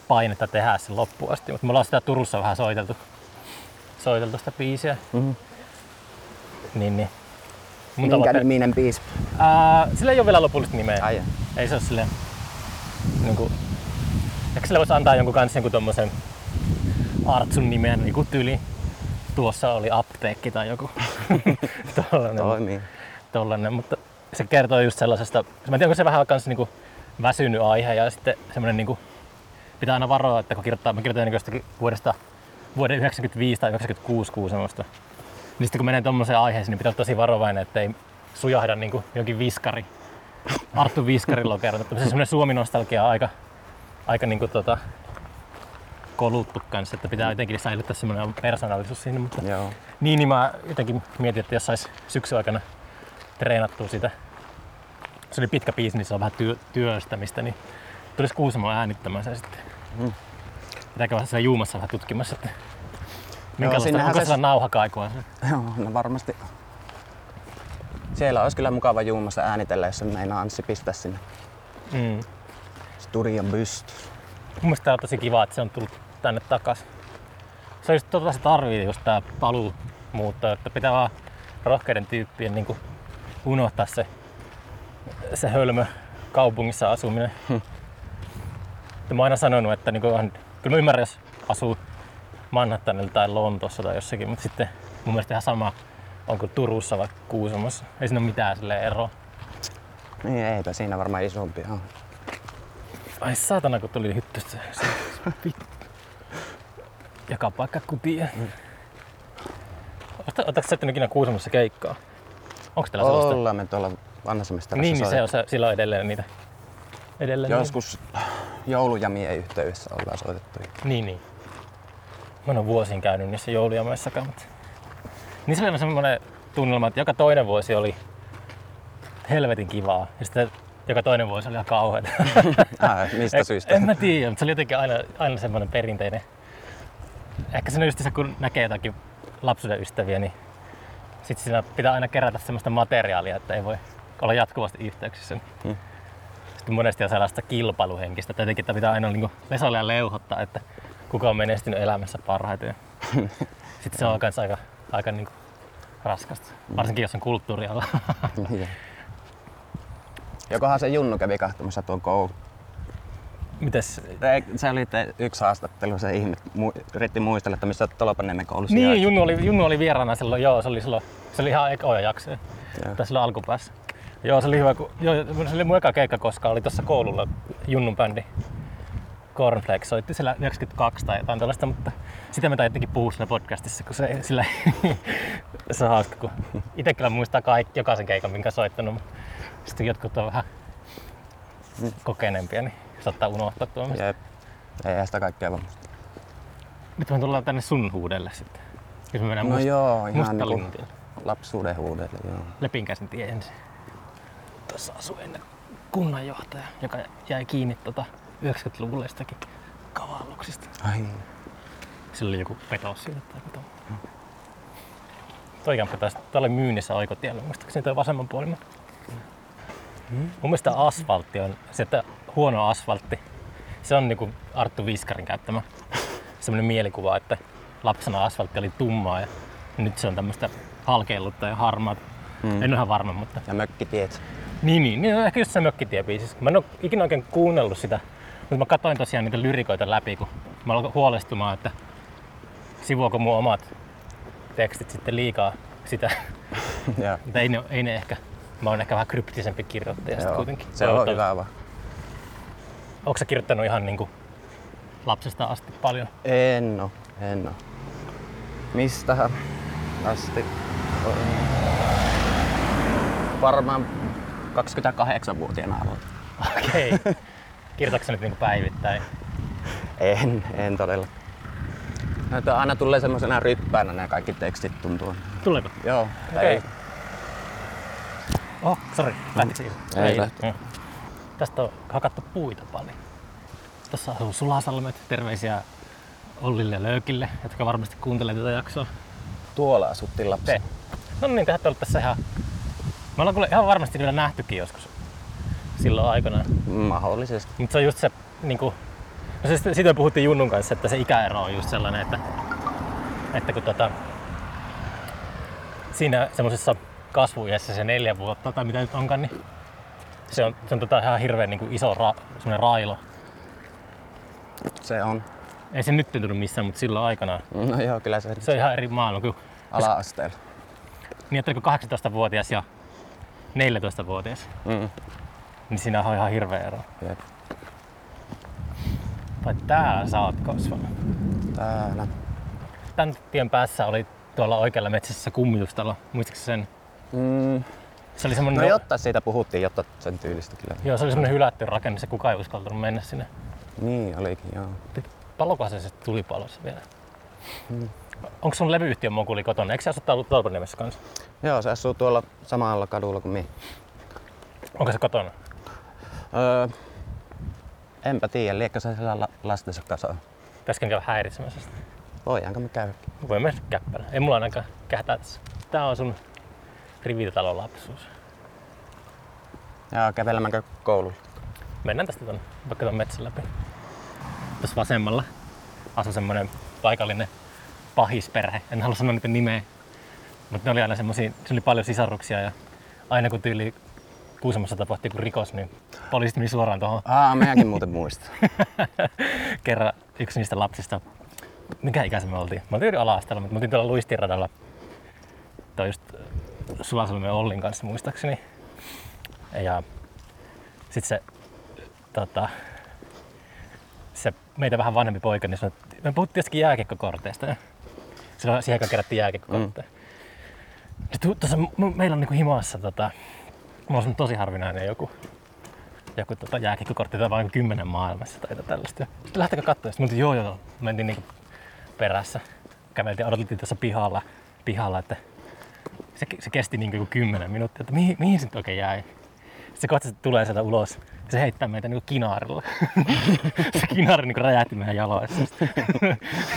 painetta tehdä sen loppuun asti. Mutta me ollaan sitä Turussa vähän soiteltu, soiteltu sitä biisiä.
Mhm.
Niin, niin. Mun
Minkä
tavoite-
niminen biisi?
Ää, sillä ei ole vielä lopullista nimeä.
Ai jaa.
Ei se ole silleen... Niin kuin, ehkä sille voisi antaa jonkun kans jonkun tommosen Artsun nimen, niin kuin tyli. Tuossa oli apteekki tai joku tollanen,
Toimii.
tollanen, mutta se kertoo just sellaisesta, mä en tiedä, onko se vähän kans niinku väsynyt aihe ja sitten semmoinen niinku, pitää aina varoa, että kun kirjoittaa, mä kirjoitan niinku jostakin vuodesta, vuoden 95 tai 96 kuusamosta, niin sitten kun menee tommoseen aiheeseen, niin pitää olla tosi varovainen, ettei sujahda niinku jonkin viskari. Arttu Viskari lokeroita. Se on semmoinen suominostalgia aika, aika niinku tota, koluttu kanssa, että pitää jotenkin säilyttää semmoinen persoonallisuus siinä. Mutta
Joo.
niin, niin mä jotenkin mietin, että jos sais syksyn aikana treenattua sitä. Se oli pitkä biisi, niin se on vähän työ, työstämistä, niin tulisi Kuusamo äänittämään se sitten.
Mm.
Pitääkö vähän siellä juumassa vähän tutkimassa, että minkälaista,
sinnehän
onko
se-
siellä nauhakaikua?
Joo, no varmasti. Siellä olisi kyllä mukava juumassa äänitellä, jos sen meinaa Anssi pistää sinne
Mm.
studion pystyyn.
Mun mielestä tää on tosi kiva, että se on tullut tänne takas. Se on just tota se tarvii just tää paluu muuttaa, että pitää vaan rohkeiden tyyppien niin unohtaa se, se hölmö kaupungissa asuminen. Hmm. Mä oon aina sanonut, että niin on, kyllä mä ymmärrän, jos asuu Manhattanilla tai Lontoossa tai jossakin, mutta sitten mun mielestä ihan sama onko Turussa vai Kuusamossa. Ei siinä ole mitään sille eroa.
Niin eipä siinä varmaan isompi on.
Ai saatana, kun tuli hyttystä. Se- se- vittu. Joka paikka kutia. Oletko sä soittanut ikinä Kuusamossa keikkaa? Onko teillä sellaista?
Ollaan me tuolla vanhasemmista
Niin, niin se on se, sillä on edelleen niitä. Edelleen
Joskus joulujamien yhteydessä ollaan soitettu.
Niitä. Niin, niin. Mä en ole vuosiin käynyt niissä joulujamaissakaan, mutta... Niin se oli semmoinen tunnelma, että joka toinen vuosi oli helvetin kivaa. Ja sitten joka toinen vuosi oli ihan kauheata.
Ai, mistä
En- Ah,
syystä?
e- En mä tiedä, mutta se oli jotenkin aina, aina semmoinen perinteinen. Ehkä siinä just se, kun näkee jotakin lapsuuden ystäviä, niin sit siinä pitää aina kerätä semmoista materiaalia, että ei voi olla jatkuvasti yhteyksissä.
Hmm.
Hmm. Sitten monesti on sellaista kilpailuhenkistä, että jotenkin että pitää aina niin lesolle ja leuhottaa, että kuka on menestynyt elämässä parhaiten. Sitten se on kans niinku aika, aika niin raskasta, varsinkin jos on kulttuurialla.
Joo. Jokohan se Junnu kävi kahtomassa tuon koulun.
Mitäs?
Se oli te yksi haastattelu, se ihme mu- yritti muistella, että missä Tolopaniemen koulussa
Niin,
sijaitsi.
Junnu oli, Junnu oli vieraana silloin, joo, se oli silloin, se oli ihan ekoja jaksoja,
Joo.
tai silloin alkupäässä. Joo, se oli hyvä, kun, joo, se oli mun eka keikka koskaan, oli tuossa koululla Junnun bändi. Cornflakes soitti siellä 92 tai jotain tällaista, mutta sitä me taidettiinkin puhua siinä podcastissa, kun se sillä se on hauska, kun itse kyllä muistaa kaikki, jokaisen keikan, minkä soittanut, mutta sitten jotkut on vähän kokeneempia, niin saattaa unohtaa tuon.
Jep. Ei sitä kaikkea vaan.
Nyt me tullaan tänne sun huudelle sitten. Jos me mennään
No
must-
joo, ihan
Mustalinnan
niinku-
tielle.
Lapsuuden huudelle, joo.
Lepinkäisen tie ensin. Tuossa asui ennen kunnanjohtaja, joka jäi kiinni tota 90-luvullistakin kavalluksista.
Ai niin.
Sillä oli joku petos Mm. siinä tai jotain. Toikaan petos. Tämä oli myynnissä oikotiellä, muistaakseni toi vasemman puoli. Mun mielestä asfaltti on se, että huono asfaltti. Se on niinku Arttu Viskarin käyttämä semmoinen mielikuva, että lapsena asfaltti oli tummaa ja nyt se on tämmöistä halkeillutta ja harmaata. Mm. En ole ihan varma, mutta
Ja mökkitiet.
niin, niin, niin ehkä just se mökkitiebiisissä. Mä en ole ikinä oikein kuunnellut sitä, mutta mä katsoin tosiaan niitä lyrikoita läpi, kun mä aloin huolestumaan, että sivuako mun omat tekstit sitten liikaa sitä.
joo.
Mutta ei ne, ei ne ehkä. Mä oon ehkä vähän kryptisempi kirjoittaja sitten
Joo.
kuitenkin.
Se on
Toivottavasti.
hyvä vaan.
Onko sä kirjoittanut ihan niinku lapsesta asti paljon?
En oo, en oo. Mistähän asti? on? Varmaan 28-vuotiaana aloitin.
Okei. Okay. Kirjoitatko sä nyt niinku päivittäin?
En, en todella. Näitä aina tulee semmoisena ryppäänä nämä kaikki tekstit tuntuu.
Tuleeko?
Joo.
Okei.
Ei,
Oh, sorry. Lähtikö siihen?
Ei lähtenyt.
Joo. Tästä on hakattu puita paljon. Tässä asuu Sulasalmet. Terveisiä Ollille ja Löökille, jotka varmasti kuuntelee tätä jaksoa.
tuolla asuttiin lapsi.
Te. No niin, te olette ollut tässä ihan... Me ollaan kyllä ihan varmasti vielä nähtykin joskus silloin aikana.
Mm. Mahdollisesti.
Mutta se on just se, niinku... No se, siitä me puhuttiin Junnun kanssa, että se ikäero on just sellainen, että, että kun tota, siinä semmoisessa kasvuiässä se neljä vuotta tai mitä nyt onkaan, niin se on, se on tota ihan hirveän niinku iso ra, semmoinen railo.
Se on.
Ei se nyt tuntunut missään, mutta silloin aikanaan.
No joo, kyllä se,
Se on ihan eri maailma. Kun,
ala-asteella.
niin, että kun 18-vuotias ja 14-vuotias,
Mm.
niin siinä on ihan hirveä ero.
Jep.
Tai täällä sä oot kasvanut.
Täällä.
Tän tien päässä oli tuolla oikealla metsässä kummitustalo. Muistatko sen?
Mm.
Se oli semmoinen,
No jotta siitä puhuttiin, jotta sen tyylistä kyllä.
joo, se oli semmoinen hylätty rakennus ja kukaan ei uskaltanut mennä sinne.
Niin olikin, joo.
Palokohan se sitten tulipalossa vielä? Onko sun levyyhtiön mokuli kotona? Eikö sä asu Tal- Talpaniemessä kanssa?
Joo, se asuu tuolla samalla kadulla kuin minä.
Onko se kotona?
Öö, enpä tiedä, liekö se siellä la- lastensa kanssa. on.
Pitäisikö käydä häiritsemässä sitä?
Voidaanko me käydä?
Voi mennä käppänä. Ei mulla ainakaan kähtää tässä. Tää on sun rivitalon lapsuus.
Joo, kävelemänkö koululle?
Mennään tästä ton, vaikka ton metsän läpi. Tuossa vasemmalla asui semmonen paikallinen pahisperhe. En halua sanoa niiden nimeä. Mutta ne oli aina semmosia, se oli paljon sisaruksia ja aina kun tyyli Kuusamossa tapahtui joku rikos, niin poliisit meni suoraan tuohon
Aa, meidänkin muuten muista.
kerran yksi niistä lapsista. Mikä ikä se me oltiin? Mä oltiin ala-asteella, mutta me oltiin tuolla luistiradalla. Toi just äh, Sulasalmen Ollin kanssa muistaakseni. Ja sit se, tota, se meitä vähän vanhempi poika, niin sanoi, että me puhuttiin jostakin jääkiekkokorteista. Silloin siihen aikaan kerättiin jääkiekkokortteja. Mm. Tuossa, mu- meillä on niinku himassa, tota, mulla on semmonen tosi harvinainen joku joku tota jääkiekkokortti tai vain kymmenen maailmassa tai jotain tällaista. Sitten lähtekö katsomaan? Sitten mä oltiin, joo joo, mentiin niinku perässä. Käveltiin, odoteltiin tuossa pihalla, pihalla että se, se kesti niinku joku kymmenen minuuttia, että mihin, mihin se nyt oikein jäi. Sitten se kohta se tulee sieltä ulos ja se heittää meitä niinku kinaarilla. se kinaari niinku räjähti meidän jaloissa.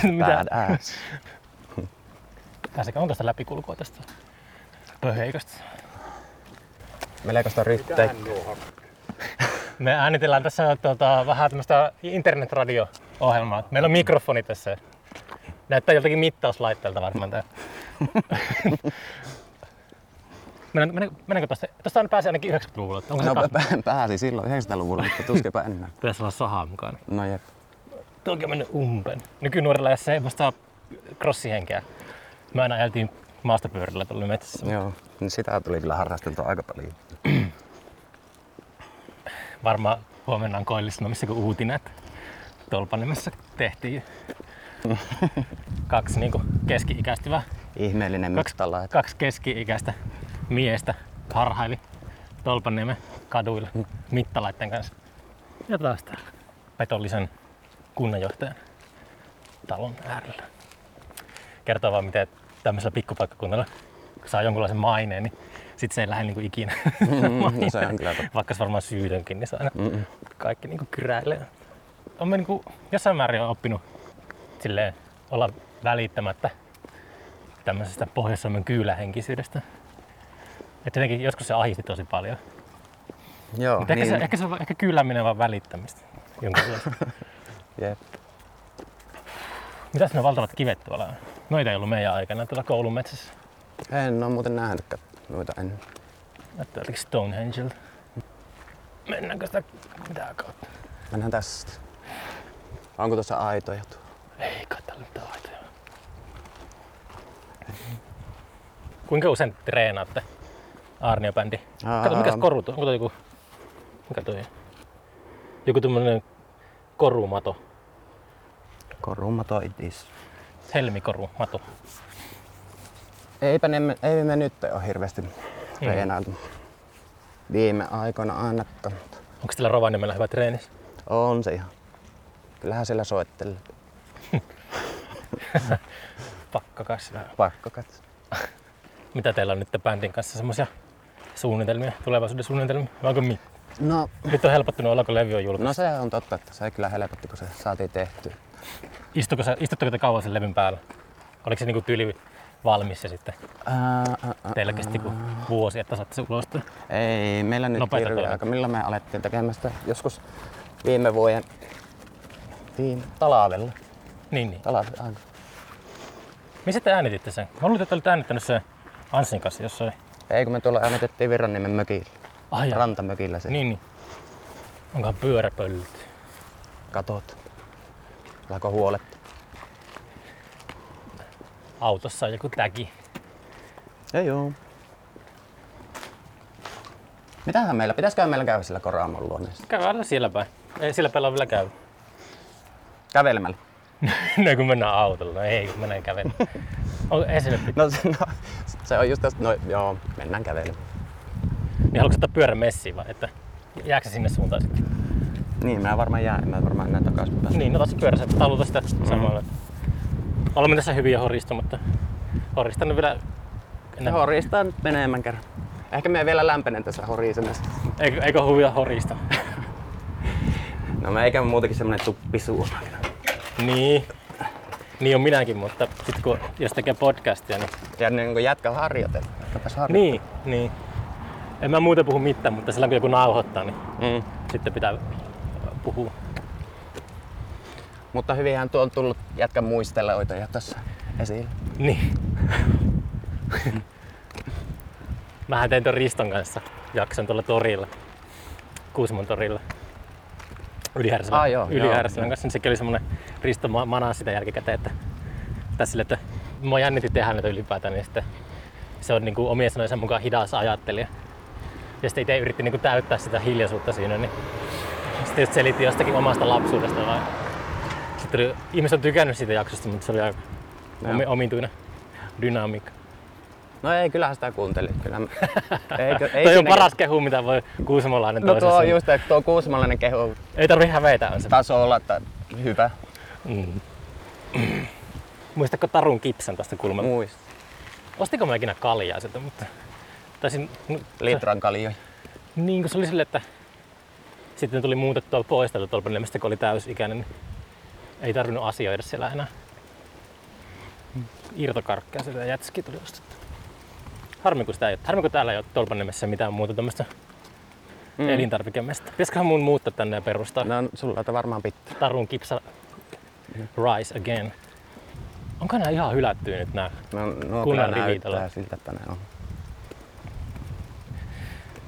Mitä?
Badass.
Pääsekö, on tästä läpikulkua tästä pöheikosta?
Melkoista rytteä.
Me äänitellään tässä tuota, vähän tämmöistä internetradio-ohjelmaa. Meillä on mikrofoni tässä. Näyttää joltakin mittauslaitteelta varmaan tää. Mennään- mennään- Mennäänkö tosta? Tosta on pääsi ainakin 90-luvulla. että Onko se
No
no,
pä- pääsi silloin 90-luvulla, mutta tuskinpa enää.
Pitäisi olla sahaa mukana.
No jep.
Tuokin on mennyt umpeen. Nykynuorilla ei ole semmoista crossihenkeä. Mä aina ajeltiin maastopyörillä tuolla metsässä.
Joo. Niin sitä tuli kyllä harrasteltua aika paljon.
Varmaan huomenna on koillissanomissa kun uutinen, että Tolpanimessa tehtiin kaksi niin keski-ikäistä, vai?
Ihmeellinen
kaksi,
mustala. että-
kaksi keski-ikäistä miestä harhaili Tolpaniemen kaduilla mittalaitten kanssa. Ja taas täällä petollisen kunnanjohtajan talon äärellä. Kertoo vaan miten tämmöisellä pikkupaikkakunnalla kun saa jonkunlaisen maineen, niin sit se ei lähde niinku ikinä.
Mm, se on kyllä totta.
Vaikka se varmaan syytönkin, niin se aina kaikki niinku kyräilee. On me niinku jossain määrin on oppinut silleen olla välittämättä tämmöisestä Pohjois-Suomen kyylähenkisyydestä. Et jotenkin joskus se ahdisti tosi paljon.
Joo,
Mutta
niin.
ehkä, se, ehkä, se, on- ehkä kyyläminen on vaan välittämistä. jonkunlaista.
Jep.
Mitäs ne valtavat kivet tuolla on? Noita ei ollut meidän aikana tuolla koulun metsässä.
En ole muuten nähnytkään noita ennen.
Näyttää jotenkin Stonehengeltä. Mennäänkö sitä mitään kautta?
Mennään tästä. Onko tuossa aitoja tuo?
Ei kai tällä mitään haittaa. Kuinka usein te treenaatte? Aarnio-bändi. Kato,
Aa.
mikäs koru tuo? Onko tuo joku... Mikä toi? on? Joku tämmönen korumato.
Korumatoitis.
Helmikorumato.
Eipä ne, ei me nyt ole hirveästi treenailtu. Viime aikoina ainakaan. mutta
Onko teillä Rovaniemellä hyvä treenis?
On se ihan. Kyllähän siellä soittelee.
Pakka kanssa.
Pakko katsoa.
Mitä teillä on nyt bändin kanssa semmosia suunnitelmia, tulevaisuuden suunnitelmia? Vai Onko mi-
No,
nyt on helpottunut olla, kun levy on julkaistu.
no se on totta, että se kyllä helpotti, kun se saatiin tehtyä.
Istuko se, istutteko te kauan sen levyn päällä? Oliko se niinku tyyli valmis ja sitten
Ää, ää, ää.
teillä kesti kuin vuosi, että saatte se ulos?
Ei, meillä nyt
Nopeita
hirveä
toiminta.
aika. Milloin me alettiin tekemään sitä? Joskus viime vuoden viime, talavella.
Niin, niin.
Talavella aika.
Missä te äänititte sen? Mä luulin, että olitte äänittänyt sen Anssin kanssa jossain.
Ei, kun me tuolla äänitettiin Virranniemen mökillä.
Ai jaa.
Rantamökillä se.
Niin, niin. Onkohan pyöräpöllyt?
Katot. Alkoi huolet.
Autossa on joku täki.
Ja joo. Mitähän meillä? Pitäisikö meillä käydä sillä koraamon luona?
Käydään siellä päin. Ei sillä päällä ole vielä käy.
Kävelemällä.
no kun mennään autolla, no ei kun mennään kävellä. Onko esille pitää?
No se, no, se on just tästä. No joo, mennään kävelemään.
Niin haluatko ottaa pyörän messiin vai? Että jääkö se sinne suuntaan sitten?
Niin, mä varmaan jään. Mä varmaan enää takaisin pääse.
Niin, no tässä pyörässä tauluta sitä samalla. Olemme tässä hyviä horistumatta. Horistan nyt vielä
Ne
enemmän.
horistaa nyt menemään kerran. Ehkä me vielä lämpenen tässä horisemassa.
Eikö, eikö huvia horista?
No me eikä muutenkin semmonen tuppisuus.
niin. Niin on minäkin, mutta sit kun jos tekee podcastia, niin...
Ja niin kuin jätkä harjoitella. Jätkäpäs harjoitella.
Niin, niin. En mä muuten puhu mitään, mutta silloin kun joku nauhoittaa, niin
Mm.
sitten pitää puhua.
Mutta hyvinhän tuo on tullut jätkän muisteluita ja tässä esille.
Niin. Mähän tein ton Riston kanssa jakson tuolla torilla. Kuusimon torilla. Ylihärsälän,
Ah, joo,
Ylihärsälän
joo.
kanssa. Niin sekin oli semmonen Risto ma- manaa sitä jälkikäteen, että, tai sille, että mua jännitti tehdä näitä ylipäätään, niin sitten se on niinku omien sanojensa mukaan hidas ajattelija. Ja sitten itse yritti niinku täyttää sitä hiljaisuutta siinä, niin sitten just selitti jostakin omasta lapsuudesta vaan. Sitten oli, ihmiset on tykännyt siitä jaksosta, mutta se oli aika
Joo.
omi- omituinen dynamiikka.
No ei, kyllähän sitä kuuntelin. Kyllä. Eikö,
Ei toi on
siinäkään-
paras kehu, mitä voi kuusimolainen
No tuo
toisessa.
on just, että tuo kuusmallinen kehu
Ei tarvi hävetä on se.
tasolla, että hyvä
Mm. Muistatko Tarun kipsan tästä kulmasta? Mm.
muista.
Ostiko mä ikinä kaljaa sieltä, mutta... Taisin, no,
Litran kaljoja.
niin kun se oli silleen, että sitten tuli muutettua pois tältä Tolpaniemestä, kun oli täysikäinen. niin Ei tarvinnut asioida siellä enää. Irtokarkkia sieltä jätski tuli ostettu. Harmi, kun, sitä ei, harmi, kun täällä ei ole Tolpaniemessä mitään muuta tämmöistä mm. elintarvikemesta. Pitäisiköhän mun muuttaa tänne ja perustaa?
No sulla on varmaan pitää.
Tarun kipsa Rise Again. Onko nämä ihan hylättyä nyt nämä?
No, no
Kunnan
kyllä
rivitalo.
näyttää siltä, että ne on.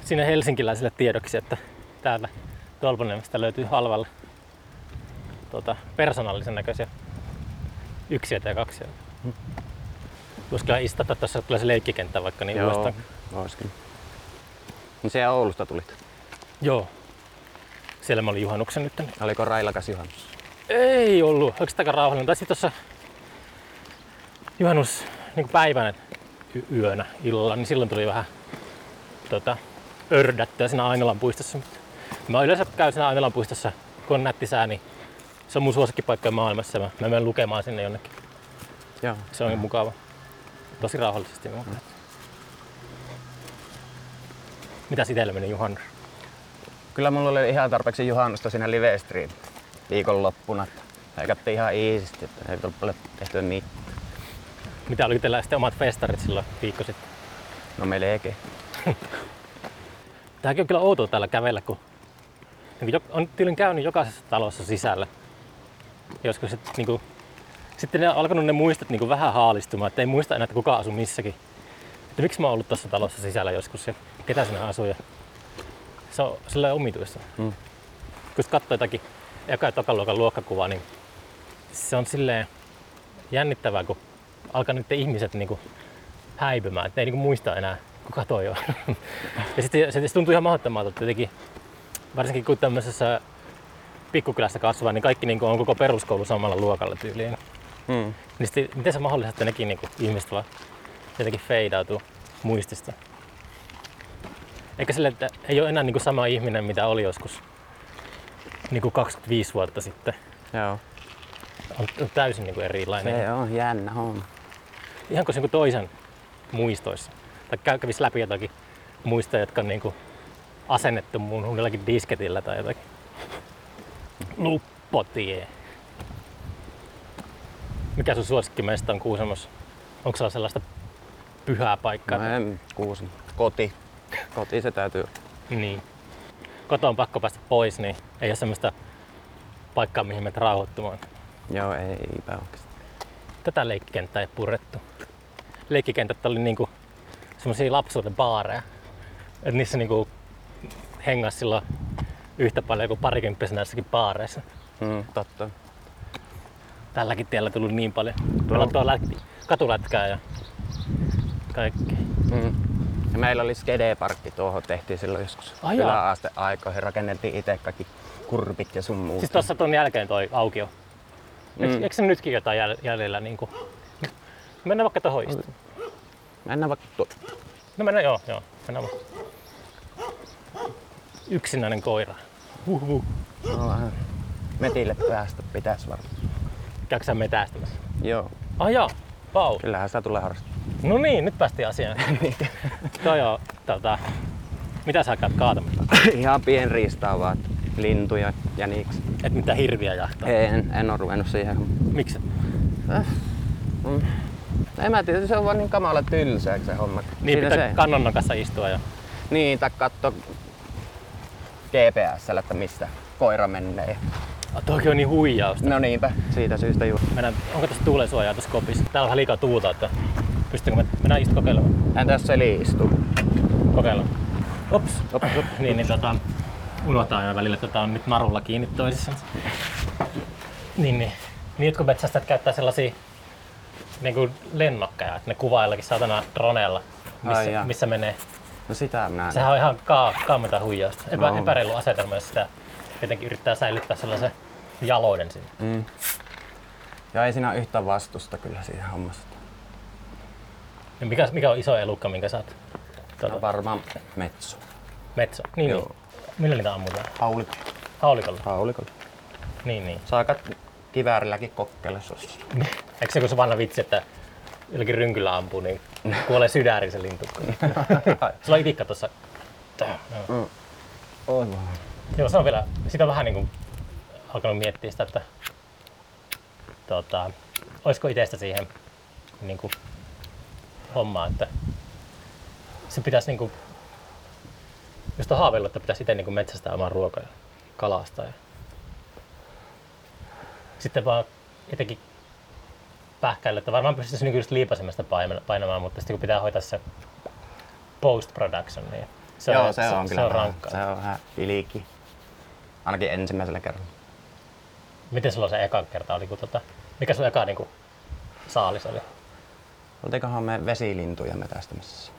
sinne helsinkiläisille tiedoksi, että täällä Tolpaniemestä löytyy halvalla tuota, persoonallisen näköisiä yksiöitä ja kaksioita. Voisi kyllä istata tuossa, tulee se leikkikenttä vaikka niin uudestaan.
Voisikin. No se Oulusta tulit.
Joo. Siellä mä olin juhannuksen nyt.
Oliko railakas juhannus?
Ei ollut. Oikeastaan rauhallinen. Tai sitten tuossa juhannus niin päivänä y- yönä illalla, niin silloin tuli vähän tota, ördättyä siinä Ainolan puistossa. Mutta Mä yleensä käyn siinä Ainolan puistossa, kun on nätti sää, niin se on mun suosikkipaikka maailmassa. Mä, mä menen lukemaan sinne jonnekin.
Joo.
Se on mukava. Tosi rauhallisesti. Mä mm. Mitä itsellä meni juhannus?
Kyllä mulla oli ihan tarpeeksi juhannusta siinä live stream viikonloppuna. Leikattiin ihan iisisti, että ei tullut paljon tehtyä mitään.
Mitä oli teillä sitten omat festarit silloin viikko sitten?
No melkein.
Tämäkin on kyllä outoa täällä kävellä, kun niin kuin jo- on tyylin käynyt jokaisessa talossa sisällä. Joskus sit, niin kuin, sitten ne on alkanut ne muistot niin kuin vähän haalistumaan, että ei muista enää, että kuka asuu missäkin. Että miksi mä oon ollut tuossa talossa sisällä joskus ja ketä sinä asuu. Ja se on sillä omituista.
Mm.
Kun sit katsoo jotakin eka- ja tokaluokan luokkakuvaa, niin se on silleen jännittävää, kun alkaa niiden ihmiset niin kuin, häipymään, että ei niin muista enää, kuka toi on. ja sitten se, se tuntuu ihan mahdottomalta, että jotenkin, varsinkin kun tämmöisessä pikkukylässä kasvaa, niin kaikki niin on koko peruskoulu samalla luokalla tyyliin.
Mm.
Niin sitten, miten se mahdollista, että nekin niin ihmiset vaan jotenkin feidautuu muistista? Eikä sille, että ei ole enää niin sama ihminen, mitä oli joskus niin 25 vuotta sitten.
Joo.
On, on täysin niin erilainen.
Se on jännä homma. No,
ihan kuin se niinku toisen muistoissa. Tai käy- kävis läpi jotakin muistoja, jotka on niinku asennettu mun jollakin disketillä tai jotakin. Luppotie. Mikä sun suosikkimesta on Kuusamossa? Onko sulla sellaista pyhää paikkaa?
No en kuusi. Koti. Koti se täytyy olla.
Niin. Kotoa on pakko päästä pois, niin ei ole semmoista paikkaa, mihin menet rauhoittumaan.
Joo, eipä oikeesti.
Tätä leikkikenttää ei purettu. Leikkikentät oli niinku semmosia lapsuuden baareja. Et niissä niinku hengas silloin yhtä paljon kuin parikymppisenä näissäkin baareissa.
Mm, totta.
Tälläkin tiellä tullut niin paljon. Tuolla tuo lä- katulätkää ja kaikki.
Mm. Ja meillä oli skedeparkki tuohon, tehtiin silloin joskus
Ai jaa.
yläaste aikoihin, rakenneltiin itse kaikki kurpit ja sun muut.
Siis tossa ton jälkeen toi aukio. Eikö, eikö se nytkin jotain jäl- jäljellä niinku? Mennään vaikka tohon istumaan.
Mennään vaikka tuo.
No mennään, joo, joo. Mennään vaan. Yksinäinen koira. Huhhuh.
No, vähän metille päästä pitäis varmaan.
Käykö sä metästämässä?
Joo,
Ah joo, vau.
kyllähän sitä tulee harrastaa.
No niin, nyt päästiin asiaan. Toi on, tota, mitä sä käyt kaatamassa?
Ihan pienriistaa vaan, että lintuja, jäniks.
Et mitä hirviä jahtaa?
En, en oo ruvennut siihen.
Miksi? Niin,
Äh. Mm. En mä tiedä, se on vaan niin kamala tylsää se homma.
Niin
Siinä
pitää
se-
kannon kanssa istua ja...
Niin, tai katso gps että mistä koira menee.
Ah, Toki on niin huijausta.
No niinpä, siitä syystä juuri.
Mennään, onko tässä tuulensuojaa tässä kopissa? Täällä on vähän liikaa tuulta, että pystyykö me... Mennään istu kokeilemaan.
Entäs se liistuu?
Kokeilemaan. Ops.
Ops, ops.
Niin, niin tota, unohtaa aina välillä, että tää on nyt narulla kiinni toisissansa. Niin, niin. Niin jotkut metsästäjät käyttää sellaisia niinku lennokkeja, että ne kuvaa jollakin saatana dronella,
Ai
missä,
jaa.
missä menee.
No sitä minä en.
Sehän on ihan kaa, kaamenta huijausta. Epä,
No.
Epäreilu asetelma, jos sitä jotenkin yrittää säilyttää sellaisen jalouden sinne.
Mm. Ja ei siinä ole yhtään vastusta kyllä siinä hommassa.
Ja Niin mikä, mikä on iso elukka, minkä saat? Tuota,
No varmaan metsu.
metso. Niin, niin.
Joo.
Millä niitä ammutaan?
Haulikolla.
Haulikolla.
Haulikolla.
Niin, niin.
Saakat kiväärilläkin kokkeille sus.
Mm. Eikö se kun se vanha vitsi, että jollakin rynkyllä ampuu, niin kuolee sydärin se lintu. Sulla on itikka tuossa. Tää, joo.
Oi vaan.
Joo, se on vielä, sitä on vähän niin kuin alkanut miettiä sitä, että tota, olisiko itsestä siihen niin kuin, hommaa, että se pitäisi niin kuin, just on haaveillut, että pitäisi itse niin kuin metsästää oman ruokaa ja kalastaa. Ja... Sitten vaan jotenkin pähkäillä, että varmaan pystyisi niinku niin just liipaisemasta painamaan, mutta sitten kun pitää hoitaa se post-production, niin Se
Joo, se, on kyllä
Se on
vähän-
rankkaa.
Se on vähän piliki. Ainakin ensimmäisellä kerralla.
Miten sulla se eka kerta oli? Kun tota, mikä sun eka niinku, saalis oli?
Oltiinkohan me vesilintuja metästämässä?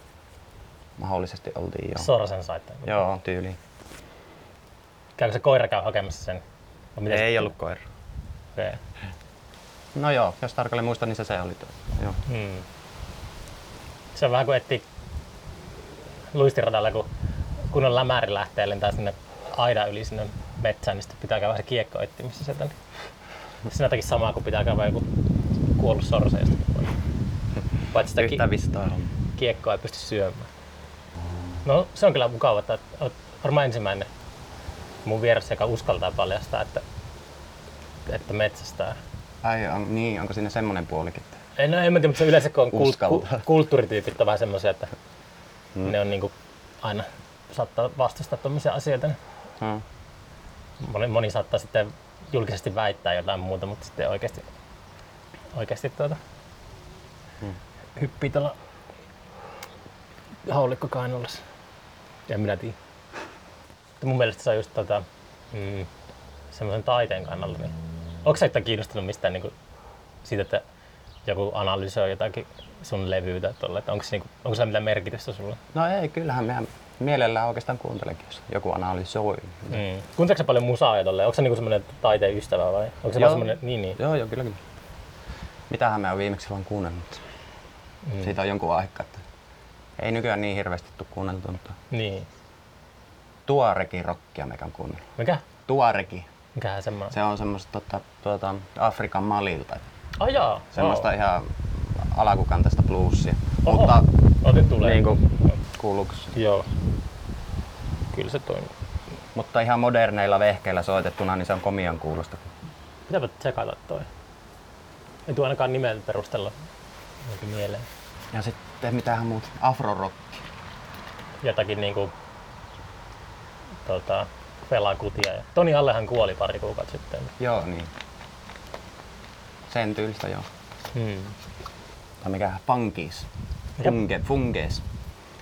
Mahdollisesti oltiin joo.
Sorsen saitte.
joo, tyyli.
Käykö se koira käy hakemassa sen? Vai miten se-
koira.
Okei.
No joo, jos tarkalleen muistan, niin se se oli. tuo. Joo.
Hmm. Se on vähän kuin etti luistiradalla, kun kun on lämäri lähtee lentää sinne aidan yli sinne metsään, niin sitten pitää käydä se kiekko etsimässä sieltä. Niin. Siinä jotakin samaa kuin pitää käydä joku kuollut sorsa jostakin. puolelta. Paitsi sitä ki-
Yhtä vistaa homma.
kiekkoa ei pysty syömään. No se on kyllä mukava, että olet varmaan ensimmäinen mun vieressä, joka uskaltaa paljastaa, että, että metsästää.
Ai on, niin, onko siinä semmonen puolikin? että-
En, no, en mä tiedä, mutta se yleensä kun on kult, ku,
Uskaltaa.
kulttuurityypit on vähän semmoisia, että hmm. ne on niinku aina saattaa vastustaa tuommoisia asioita. niin
Hmm.
Moni, moni saattaa sitten julkisesti väittää jotain muuta, mutta sitten oikeasti, oikeasti tuota, hmm. hyppii tuolla haulikko kainalossa. En minä tiedä. Mutta mun mielestä se on just tota, mm, semmoisen taiteen kannalla. Niin. Onko sä yhtään kiinnostunut mistään niin kuin, siitä, että joku analysoi jotakin sun levyytä tuolla, että onko se, niin onko se mitään merkitystä sulle?
No ei, kyllähän mehän mielellään oikeastaan kuuntelekin, jos joku analysoi.
Mm. Kuunteletko sä paljon musaa ja tolleen? Onko se niinku semmoinen taiteen ystävä vai? Onko se
Joo.
vaan semmoinen, niin niin.
Joo, joo, kyllä kyllä. Mitähän me on viimeksi vaan kuunnellut? Mm. Siitä on jonkun aikaa, että ei nykyään niin hirveästi tule kuunneltu, mutta
Niin.
tuareki rockia mekä on kuunnellut.
Mikä?
Tuareki,
Mikähän semmoinen?
se on semmoista tota, tuota, Afrikan malilta,
Ai jaa.
semmoista
Wow.
ihan alakukantaista bluesia.
Oho.
Mutta
Otin tulee.
niin kuin, kuuluuko se?
Joo. Kyllä se toimii.
Mutta ihan moderneilla vehkeillä soitettuna, niin se on komian kuulosta.
Pitääpä tsekata toi. Ei tule ainakaan nimen perusteella jotenkin mieleen.
Ja sitten mitähän muuta? Afrorocki.
Jotakin niinku tota, Felan kutia. Ja Toni Allehan kuoli pari kuukautta sitten.
Joo, niin. Sen tyylistä joo.
Hmm.
Tai mikä Funkis.
Jep.
Funge, fungees.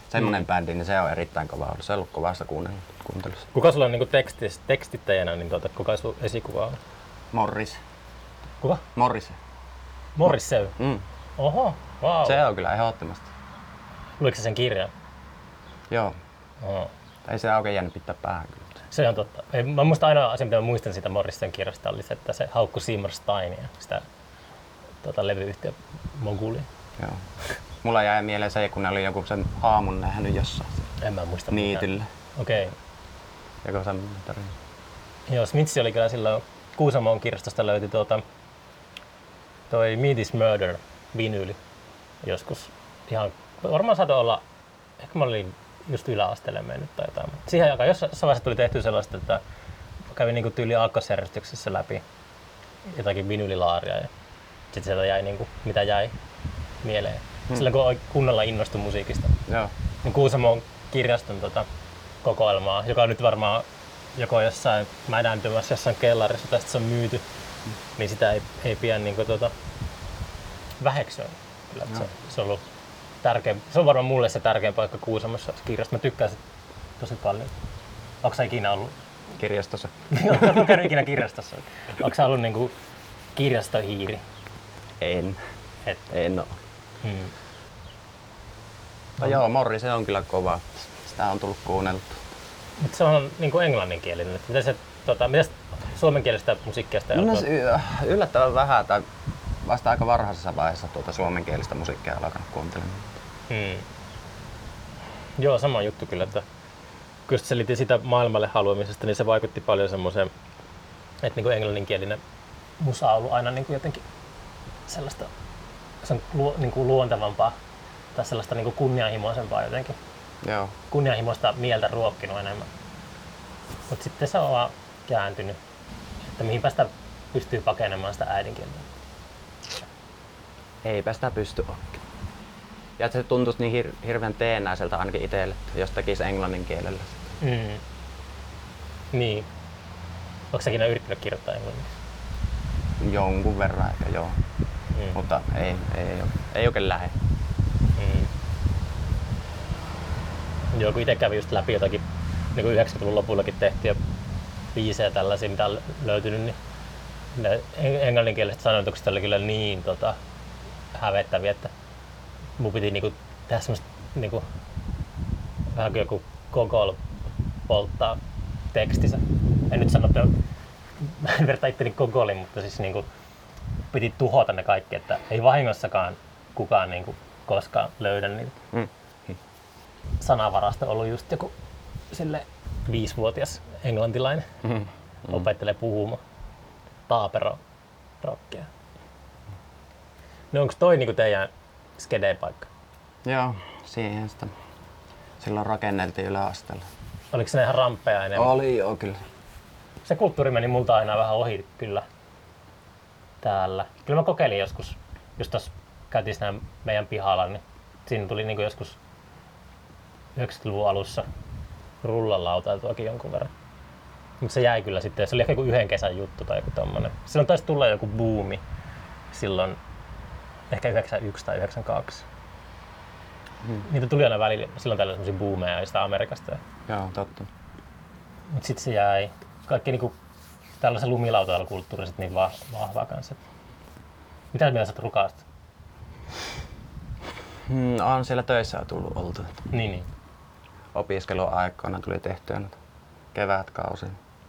Semmonen bändi, niin se on erittäin kova ollut. Se on ollut kovasta kuunnella- kuuntelussa.
Kuka sulla on niinku tekstis, tekstittäjänä, niin tota, kuka sun esikuva on?
Morris.
Kuka?
Morris.
Morrissey.
Mm.
Oho, wow.
Se on kyllä ehdottomasti.
Luitko sä sen kirjan?
Joo.
Oho.
Ei se oikein jäänyt pitää päähän kyllä.
Se on totta. Ei, Mä muistan aina asia, mitä mä muistan siitä Morrison kirjasta, oli se, että se haukku Simmersteinia, sitä tota, levyyhtiö Mogulia.
Joo. Mulla jäi mieleen se, kun ne oli joku sen haamun nähnyt jossain
En mä muista. mitään.
niityllä.
Okei. Okay.
Joku semmoinen tarina.
Joo, Smitsi oli kyllä silloin Kuusamoon kirjastosta löytyi tuota, toi Meat is Murder vinyyli joskus. Ihan, varmaan saattoi olla, ehkä mä olin just yläasteelle mennyt tai jotain. Mutta siihen aikaan jossain jossain vaiheessa tuli tehty sellaista, että kävin niinku tyyli aakkosjärjestyksessä läpi jotakin vinyylilaaria ja sitten sieltä jäi niinku, mitä jäi mieleen. Hmm. Silloin kun oikein kunnolla innostui musiikista
Joo.
niin Kuusamon kirjaston tota, kokoelmaa, joka on nyt varmaan joko jossain mädäntymässä jossain kellarissa tai sitten se on myyty, niin sitä ei, ei pidä niin kuin, tota, väheksyä. Kyllä, että se, se, on ollut tärkeä, se on varmaan mulle se tärkein paikka Kuusamossa se kirjasto. Mä tykkään sitä tosi paljon. Onko sä ikinä ollut?
Kirjastossa.
Oletko lukenut ikinä kirjastossa? Onko sä ollut niin kuin, kirjastohiiri?
En.
Et,
En oo.
hmm.
No joo, Morri, se on kyllä kova. Sitä on tullut kuunneltu.
Mut se on niin kuin englanninkielinen. Mitä se, tota, mitäs suomenkielistä musiikkia sitä
No,
alkoi-
se y- yllättävän vähän tai vasta aika varhaisessa vaiheessa tuota suomenkielistä musiikkia alkanut kuuntelemaan.
Mm. Joo, sama juttu kyllä, että kun just selitin sitä maailmalle haluamisesta, niin se vaikutti paljon semmoiseen, että niin englanninkielinen musa on ollut aina niin kuin jotenkin sellaista, se on luo, niin kuin luontevampaa tai sellaista niin kuin kunnianhimoisempaa jotenkin.
Joo.
Kunnianhimoista mieltä ruokkinut enemmän. Mutta sitten se on vaan kääntynyt, että mihinpä sitä pystyy pakenemaan sitä äidinkieltä.
Eipä sitä pysty oikein. Ja se tuntuisi niin hir- hirveän teenäiseltä ainakin itselle, jos tekisi englannin kielellä. sitä.
Mm. Niin. Onko säkin yrittänyt kirjoittaa englanniksi?
Jonkun verran ehkä joo.
Mm.
Mutta ei, ei, oo- ei oikein lähe.
Mm. Joo, kun itse kävin just läpi jotakin niin kuin 90-luvun lopullakin tehtyjä biisejä tällaisia, mitä on löytynyt, niin ne en- englanninkieliset sanoitukset oli kyllä niin tota, hävettäviä, että mun piti niinku tehdä semmoista niinku, vähän kuin joku kokoilu polttaa tekstissä. En nyt sano, että mä en vertaa itteni kokoilin, mutta siis niinku, piti tuhota ne kaikki, että ei vahingossakaan kukaan niinku, koskaan löydä niitä
Mm.
sanavarasta ollut just joku sille viisivuotias englantilainen
Mm.
opettelee puhumaan taapero rockia. No onko toi niinku teidän skedeen paikka?
Joo, siihen sitä silloin rakenneltiin yläasteella.
Oliko se ihan ramppeja enemmän?
Oli joo kyllä.
Se kulttuuri meni multa aina vähän ohi kyllä täällä. Kyllä mä kokeilin joskus, just tuossa käytiin siinä meidän pihalla, niin siinä tuli niinku joskus 90-luvun alussa rullalautailtuakin jonkun verran. Mutta se jäi kyllä sitten, se oli ehkä joku yhden kesän juttu tai joku tommonen. Silloin taisi tulla joku buumi silloin, ehkä 91 tai 92.
Mm.
Niitä tuli aina välillä, silloin tällä semmosia buumeja jostain Amerikasta.
Joo, totta.
Mut sit se jäi. Kaikki niinku tällaisen lumilautailu kulttuuri sit niin va- vahvaa kanssa. Mitä mieltä sä oot rukaasta?
Mm, on siellä töissä on tullut oltu.
Niin, niin.
Opiskeluaikoina tuli tehtyä nyt kevätkausi.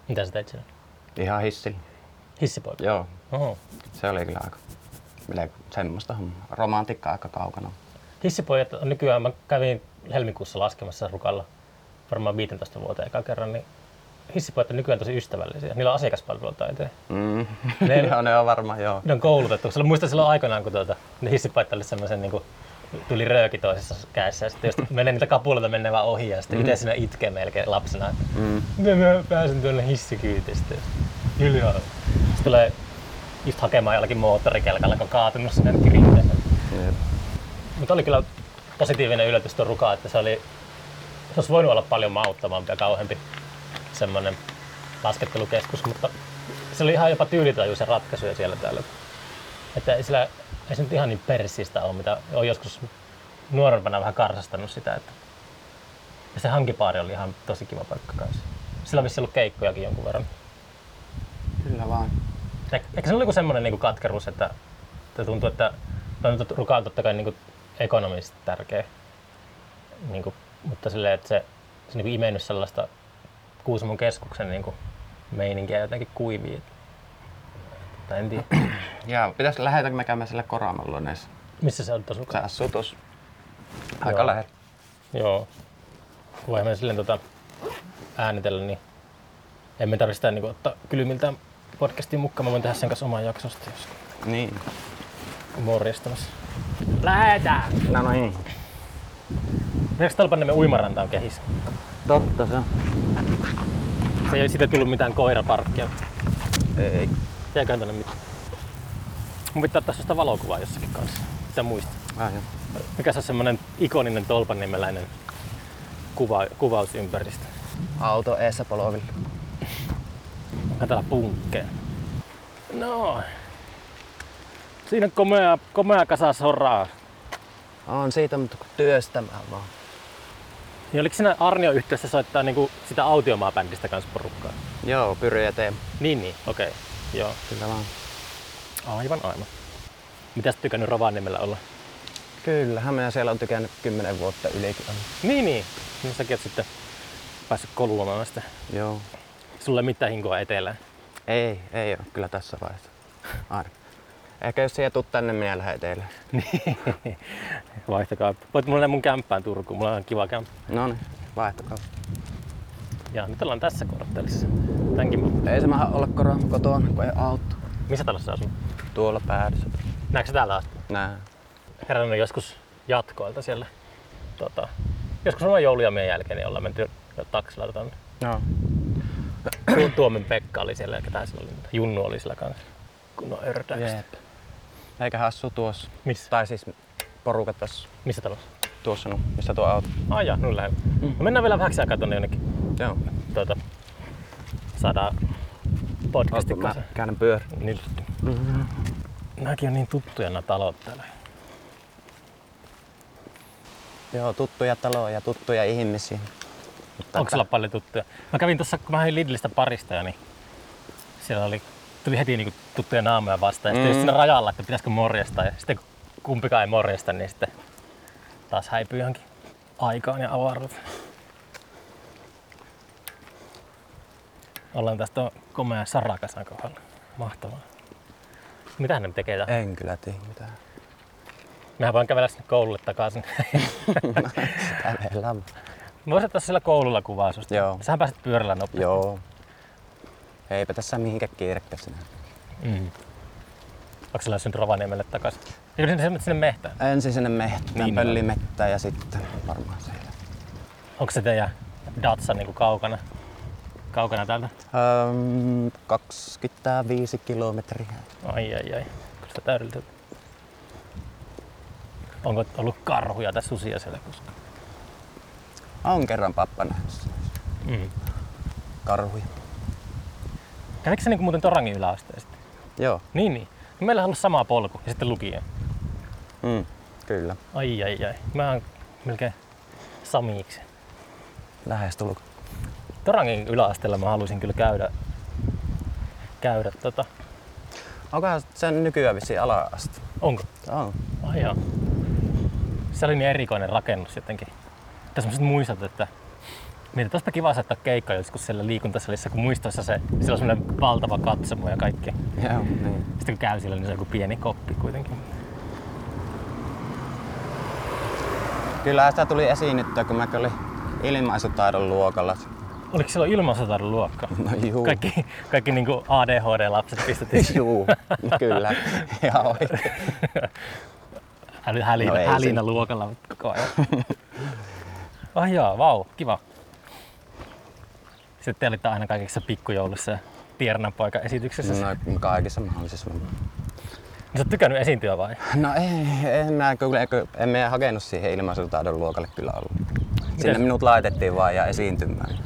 Mitä sä teit siellä?
Ihan hissillä.
Hissipoika.
Joo,
Oho.
se oli kyllä aika mille- semmoista hommaa. romantiikkaa aika kaukana.
Hissipojat on nykyään, mä kävin helmikuussa laskemassa rukalla varmaan 15 vuoteen eka kerran, niin hissipojat on nykyään tosi ystävällisiä. Niillä on asiakaspalvelutaitoja.
Mm.
Ne-
Ne... joo, ne on varmaan joo.
Ne on koulutettu. Sillä muistan silloin aikoinaan, kun tuota, ne hissipojat oli semmoisen niin tuli rööki toisessa kädessä ja sitten just menee niitä kapuloita menevää ohi ja sitten itse sinä itkee melkein lapsena. Että
Mm.
Miten mä pääsen tuonne hissikyytistä? Ylhäällä. Sitten tulee just hakemaan jollakin moottorikelkalla, kun on kaatunut sinne jonnekin rinteeseen.
Jep.
Mutta oli kyllä positiivinen yllätys tuo ruka, että se, oli, se olisi voinut olla paljon mauttavampi ja kauheampi semmoinen laskettelukeskus, mutta se oli ihan jopa tyylitajuisen ratkaisuja siellä täällä. Että ei, sillä, ei se nyt ihan niin persistä ole, mitä on joskus nuorempana vähän karsastanut sitä. Että. Ja se hankipaari oli ihan tosi kiva paikka kanssa. Sillä on vissi ollut keikkojakin jonkun verran.
Kyllä vaan.
E- Eikö se ole joku semmoinen niin katkeruus, että, että tuntuu, että no, nyt ruka on totta kai niin ekonomisesti tärkeä, niin kuin, mutta silleen, että se, se niin imennyt sellaista Kuusamon keskuksen niin kuin, meininkiä jotenkin kuivia. Tai en tiedä.
Ja pitäis lähetäkö me käymään sille koramallonessa?
Missä se on tuossa ruka?
Se asuu tuossa.
Joo.
Aika lähellä.
Joo. Voihan me silleen tota, äänitellä, niin emme tarvitse sitä niin ottaa kylmiltään podcastin mukaan. Mä voin tehdä sen kanssa oman jaksosta, jos
Niin.
morjastamassa.
Lähetään! No niin.
Eikö Talpanniemen uimaranta on kehissä?
Totta se on.
Se ei siitä tullut mitään koiraparkkia.
Ei.
Jääköhän tänne mitään. Mun pitää ottaa susta valokuvaa jossakin kanssa. Sitä muista.
Ai, joo.
Mikä se on semmonen ikoninen tolpaniemeläinen kuva, kuvausympäristö?
Auto eessä polovilla.
Mä täällä punkkeja. No. Siinä on komea, komea kasa soraa.
On siitä, mutta kun työstämään vaan.
Niin oliko siinä Arnio yhteydessä soittaa niinku sitä autiomaabändistä kanssa porukkaa?
Joo, pyri eteen.
Niin, niin. Okei. Okay. Joo.
Kyllä vaan.
Aivan, aivan. Mitäs tykännyt Rovaniemellä olla?
Kyllähän minä siellä on tykännyt 10 vuotta yli.
Niin, niin. Niin säkin oot sitten päässyt koluamaan sitä.
Joo.
Sulle mitään hinkoa etelään.
Ei, ei ole kyllä tässä vaiheessa. Aina. Ehkä jos siihen tuu tänne, minä lähden teille.
Niin. Vaihtakaa. Voit mulle mun kämppään Turkuun. Mulla on kiva kämppä.
No niin, vaihtakaa.
Ja nyt ollaan tässä korttelissa. Tämänkin.
Ei se maha olla korona kotona, kun ei auto.
Missä talossa asuu?
Tuolla päädyssä.
Näetkö sä täällä asti?
Nää.
Herännyt joskus jatkoilta siellä. Tota, joskus on joulujamien jälkeen, niin ollaan menty jo taksilla tuonne.
No.
Tu- Tuomen Pekka oli siellä ja ketään sillä oli. muuta. Junnu oli siellä kanssa. Kun on ördäystä.
Jep. Eikä hassu tuossa.
Missä?
Tai siis porukat tässä.
Missä talossa?
Tuossa no, missä tuo auto.
Ai jaa, noin lähellä.
Mm.
No mennään vielä vähäksi aikaa tuonne jonnekin
Joo.
tuota, saadaan podcastin
Ootko mä
kanssa.
käännän pyörä.
Niin, nämäkin on niin tuttuja nämä talot täällä.
Joo, tuttuja taloja, tuttuja ihmisiä. Mutta
Onko sulla paljon tuttuja? Mä kävin tuossa, kun mä hain Lidlistä parista, niin siellä oli, tuli heti niinku tuttuja naamoja vastaan. Ja mm. sitten just siinä rajalla, että pitäisikö morjesta. Ja sitten kun kumpikaan ei morjesta, niin sitten taas häipyi johonkin aikaan ja avaruuteen. Ollaan tästä tuon komea sarakasan kohdalla. Mahtavaa. Mitä ne tekee täällä?
En kyllä tiedä mitään.
Mehän voin kävellä sinne koululle takaisin.
Täällä ei lämmin.
Mä voisin ottaa sillä koululla kuvaa susta.
Joo.
Sähän pääset pyörällä nopeasti.
Joo. Eipä tässä mihinkään kiirekkäisenä.
Mm. Onko sillä sinne Rovaniemelle takaisin? Eikö sinne, sinne- sinne mehtään?
Ensin sinne mehtään,
Niin.
niin, Ähm, pöllimettään ja sitten varmaan siellä.
Onko se teidän Datsa niinku kaukana? Kaukana täältä?
Öm, 25 kilometriä.
Ai ai ai. Onko se täydeltä? Onko ollut karhuja tai susia siellä koskaan?
On kerran pappa nähnyt
Mm.
karhuja.
Kävikö se niinku muuten Torangin yläasteen sitten?
Joo,
Niin niin. Meillä on ollut sama polku ja sitten lukio.
mm, kyllä.
Ai ai ai. Mä oon melkein samiiksi.
Lähestulkoon.
Torangin yläasteella mä halusin kyllä käydä, käydä tota.
Onkohan sen nykyään vissiin ala-aste?
Onko?
On.
Ai joo. Se oli niin erikoinen rakennus jotenkin. Tässä mä muistat, että Mietin, että olisipa kiva saattaa keikka joskus siellä liikuntasalissa, kun muistoissa se, siellä on semmoinen valtava katsomo ja kaikki.
Joo, niin.
Sitten kun käy siellä, niin se on joku pieni koppi kuitenkin.
Kyllä sitä tuli esiinnyttyä, kun mä olin ilmaisutaidon luokalla.
Oliko silloin ilmansotadon luokka?
No juu.
Kaikki, kaikki niin ADHD-lapset pistettiin
Juu, kyllä. Ihan oikein.
Häli, hälinä,
No
no
ei
hälinä
siinä.
luokalla koko ajan. ah joo, vau, kiva. Sitten te olitte aina kaikissa pikkujoulussa ja tiernanpoika esityksessä. No.
No, kaikissa mahdollisissa. varmaan.
Sä oot tykännyt esiintyä vai?
No ei, en mä kyllä, kun en mä hakenut siihen ilmaisutaidon luokalle kyllä ollut. Sinne
Miten-
minut laitettiin vaan ja esiintymään.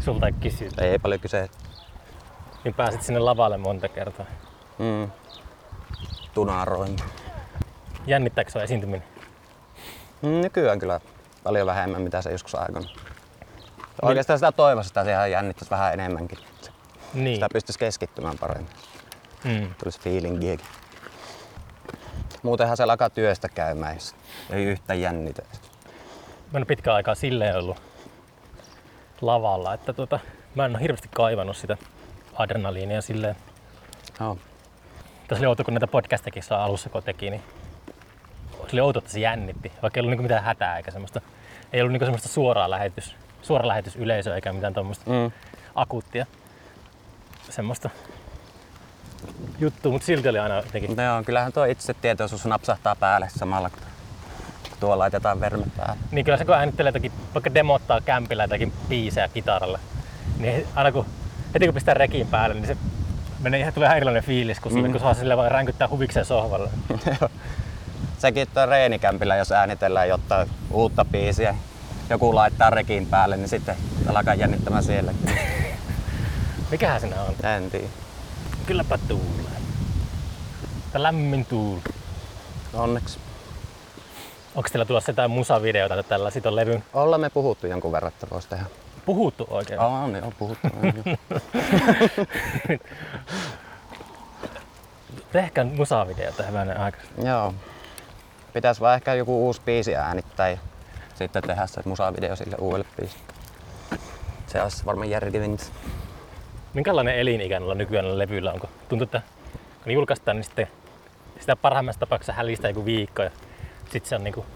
Sulta ei kysynyt.
Ei paljon kyse.
Niin pääsit sinne lavalle monta kertaa.
Mm. Tunaroin.
Jännittääkö sua esiintyminen?
Mm, Nykyään kyllä paljon vähemmän mitä se joskus aikana. Oikeastaan sitä toivossa sitä ihan jännittäisi vähän enemmänkin.
Niin.
Sitä pystyisi keskittymään paremmin.
Mm.
Tulisi fiilinkiäkin. Muutenhan se alkaa työstä käymään, jos ei yhtään jännitä.
Mä en ole pitkään aikaa silleen ollut lavalla, että tuota, mä en ole hirveästi kaivannut sitä adrenaliinia silleen.
Joo.
Tässä oli outo, kun näitä podcasteja silloin alussa kun teki, niin se oli outo, että se jännitti, vaikka ei ollut niinku mitään hätää eikä semmoista. Ei ollut niinku semmoista suoraa lähetys, suora lähetys yleisöä eikä mitään tuommoista
Mm.
akuuttia semmoista juttua, mutta silti oli aina jotenkin.
No joo, kyllähän tuo itsetietoisuus napsahtaa päälle samalla, kun tuo laitetaan verme päälle.
Niin kyllä se kun äänittelee jotakin, vaikka demottaa kämpillä jotakin biisejä kitaralla, niin aina kun, heti kun pistää rekiin päälle, niin se menee ihan tulee ihan erilainen fiilis, kun, mm. kun saa sille vaan ränkyttää huvikseen sohvalle.
Sekin tuo reenikämpillä, jos äänitellään jotain uutta biisiä, joku laittaa rekin päälle, niin sitten alkaa jännittämään siellä.
Mikähän sinä on?
En tiedä.
Kylläpä tuulee. Tää lämmin tuuli.
Onneksi.
Onko teillä tulossa jotain musavideoita tai tällä sit on levyn
Ollaan me puhuttu jonkun verran, että voisi tehdä.
puhuttu oikein?
Oh, on, joo, puhuttu. on, joo.
Tehkää musavideoita hyvänä aikana.
joo. Pitäis vaan ehkä joku uusi biisi äänittää ja sitten tehdä se musavideo sille uudelle biisille. Se olisi varmaan järkevintä.
Minkälainen elinikä noilla nykyään levyillä onko? Tuntuu, että kun ne julkaistaan, niin sitten sitä parhaimmassa tapauksessa hällistää joku viikko ja sitten se on niinku,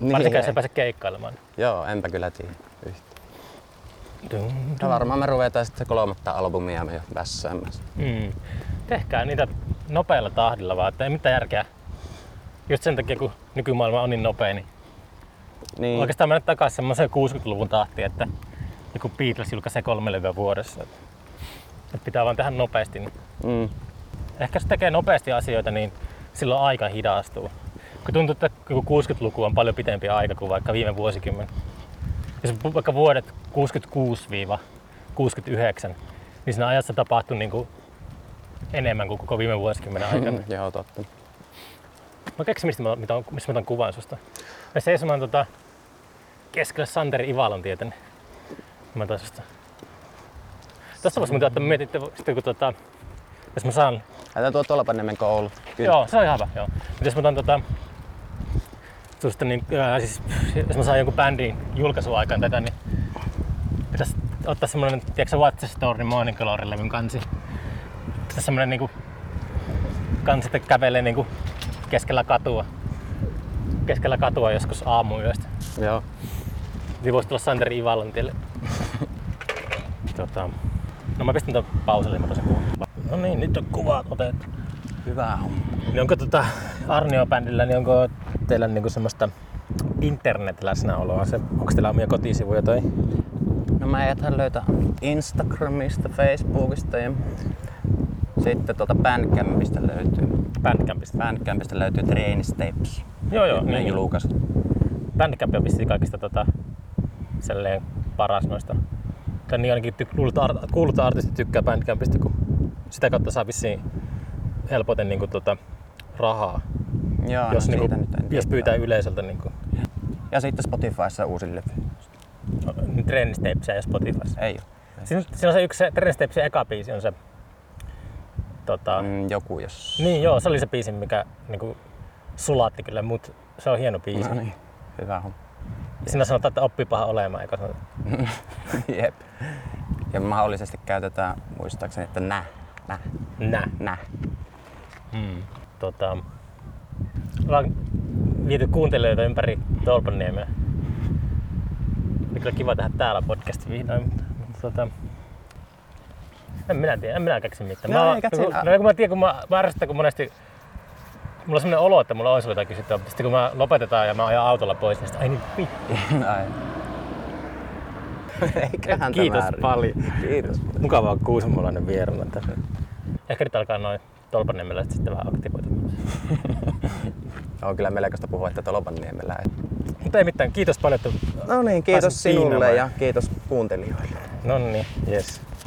Niin.
varsinkaan jos ei pääse keikkailemaan.
Joo, enpä kyllä tiedä yhtään.
Dum,
No varmaan me ruvetaan sitten kolmatta albumia me jo vässäämään.
Mm. Tehkää niitä nopealla tahdilla vaan, että ei mitään järkeä. Just sen takia, kun nykymaailma on niin nopea, niin
Niin.
Oikeastaan mennä takaisin semmoiseen 60-luvun tahtiin, että joku Beatles julkaisee kolme levyä vuodessa. Että pitää vaan tehdä nopeasti. niin-
Mm.
Ehkä jos tekee nopeasti asioita, niin silloin aika hidastuu. Kun tuntuu, että joku 60-luku on paljon pitempi aika kuin vaikka viime vuosikymmen. Jos pu- vaikka vuodet 66-69, niin siinä ajassa niinku
Mm,
tapahtui niin kuin enemmän kuin koko viime vuosikymmenen aikana.
Joo, totta.
Mä keksin, mistä mä, mitä on, mistä mä otan kuvan susta. Me seisomaan tota, keskellä Santeri Ivalon tietä. Mä otan susta. Tässä voisi muuten, että mietitte, sitten kun tota, jos mä saan
Älä tuo Tolpanniemen koulu. Kyllä.
Joo, se on ihan hyvä. Joo. Mut jos mä otan tota, susta, niin, ää, siis, jos mä saan jonkun bändin julkaisuaikaan tätä, niin pitäis ottaa semmonen, tiedätkö sä, What's the Story Morning Glory-levyn kansi. Pitäis semmonen niinku kansi, että kävelee niinku keskellä katua. Keskellä katua joskus aamuyöstä.
Joo.
Niin voisi tulla Santeri Ivalon tielle. tota, no mä pistän ton pauselle, mä tosin kuvan. No niin, nyt on kuvat otettu.
Hyvä homma.
Niin onko tota Arnio-bändillä, niin onko teillä niinku semmoista internet-läsnäoloa? Se, onko teillä omia kotisivuja tai?
No mä ethän löytää Instagramista, Facebookista ja sitten tuolta Bandcampista löytyy.
Bandcampista.
Bandcampista löytyy Train Steps.
Joo, joo.
Ne
Niin,
julkaisut.
Bandcamp on vissiin kaikista tota, selleen paras noista. Tai niin ainakin tyk- luulut, ar- kuulut artistit tykkää Bandcampista, kun sitä kautta saa vissiin helpoten niinku tota, rahaa,
Joo,
jos,
no
niinku,
siitä nyt en
jos
tiedä.
pyytää yleisöltä niinku,
Ja sitten Spotifyssa uusi levy.
trendistepsiä ja Spotifyssa.
Ei oo.
Siinä, siinä on se yksi, se Trendstepsin eka biisi on se, tota, mm.
Mm, joku jos...
niin joo, se oli se biisi, mikä niinku, sulaatti kyllä mut, se on hieno biisi.
No niin. Hyvä homma.
Siinä sanotaan, että oppi paha olemaan, eikä sanota.
Jep. Ja mahdollisesti käytetään muistaakseni, että nä, nä,
Nä.
nä.
Mm. Tota, ollaan viety kuuntelijoita ympäri Tolpanniemeä. Oli kyllä kiva tehdä täällä podcast vihdoin, mutta, mutta tota, en minä tiedä, en minä keksi mitään.
No,
mä,
ei, katso,
kun,
ää-
no, kun mä tiedän, kun mä, mä ärsytän, kun monesti Mulla on sellainen olo, että mulla olisi jotain kysyttävää, mutta sitten kun mä lopetetaan ja mä ajan autolla pois, niin sitten, ai niin vittu.
Ai. Eiköhän
Kiitos
tämä riitä.
paljon.
Kiitos.
Mukavaa on kuusamolainen vierellä. Ehkä nyt alkaa noin Tolpaniemellä sitten vähän aktivoitumaan.
On kyllä melkoista puhua, että Tolopaniemellä.
Mutta ei mitään, kiitos paljon, että
No niin,
kiitos sinulle
kiitos kuuntelijoille.
No niin, yes.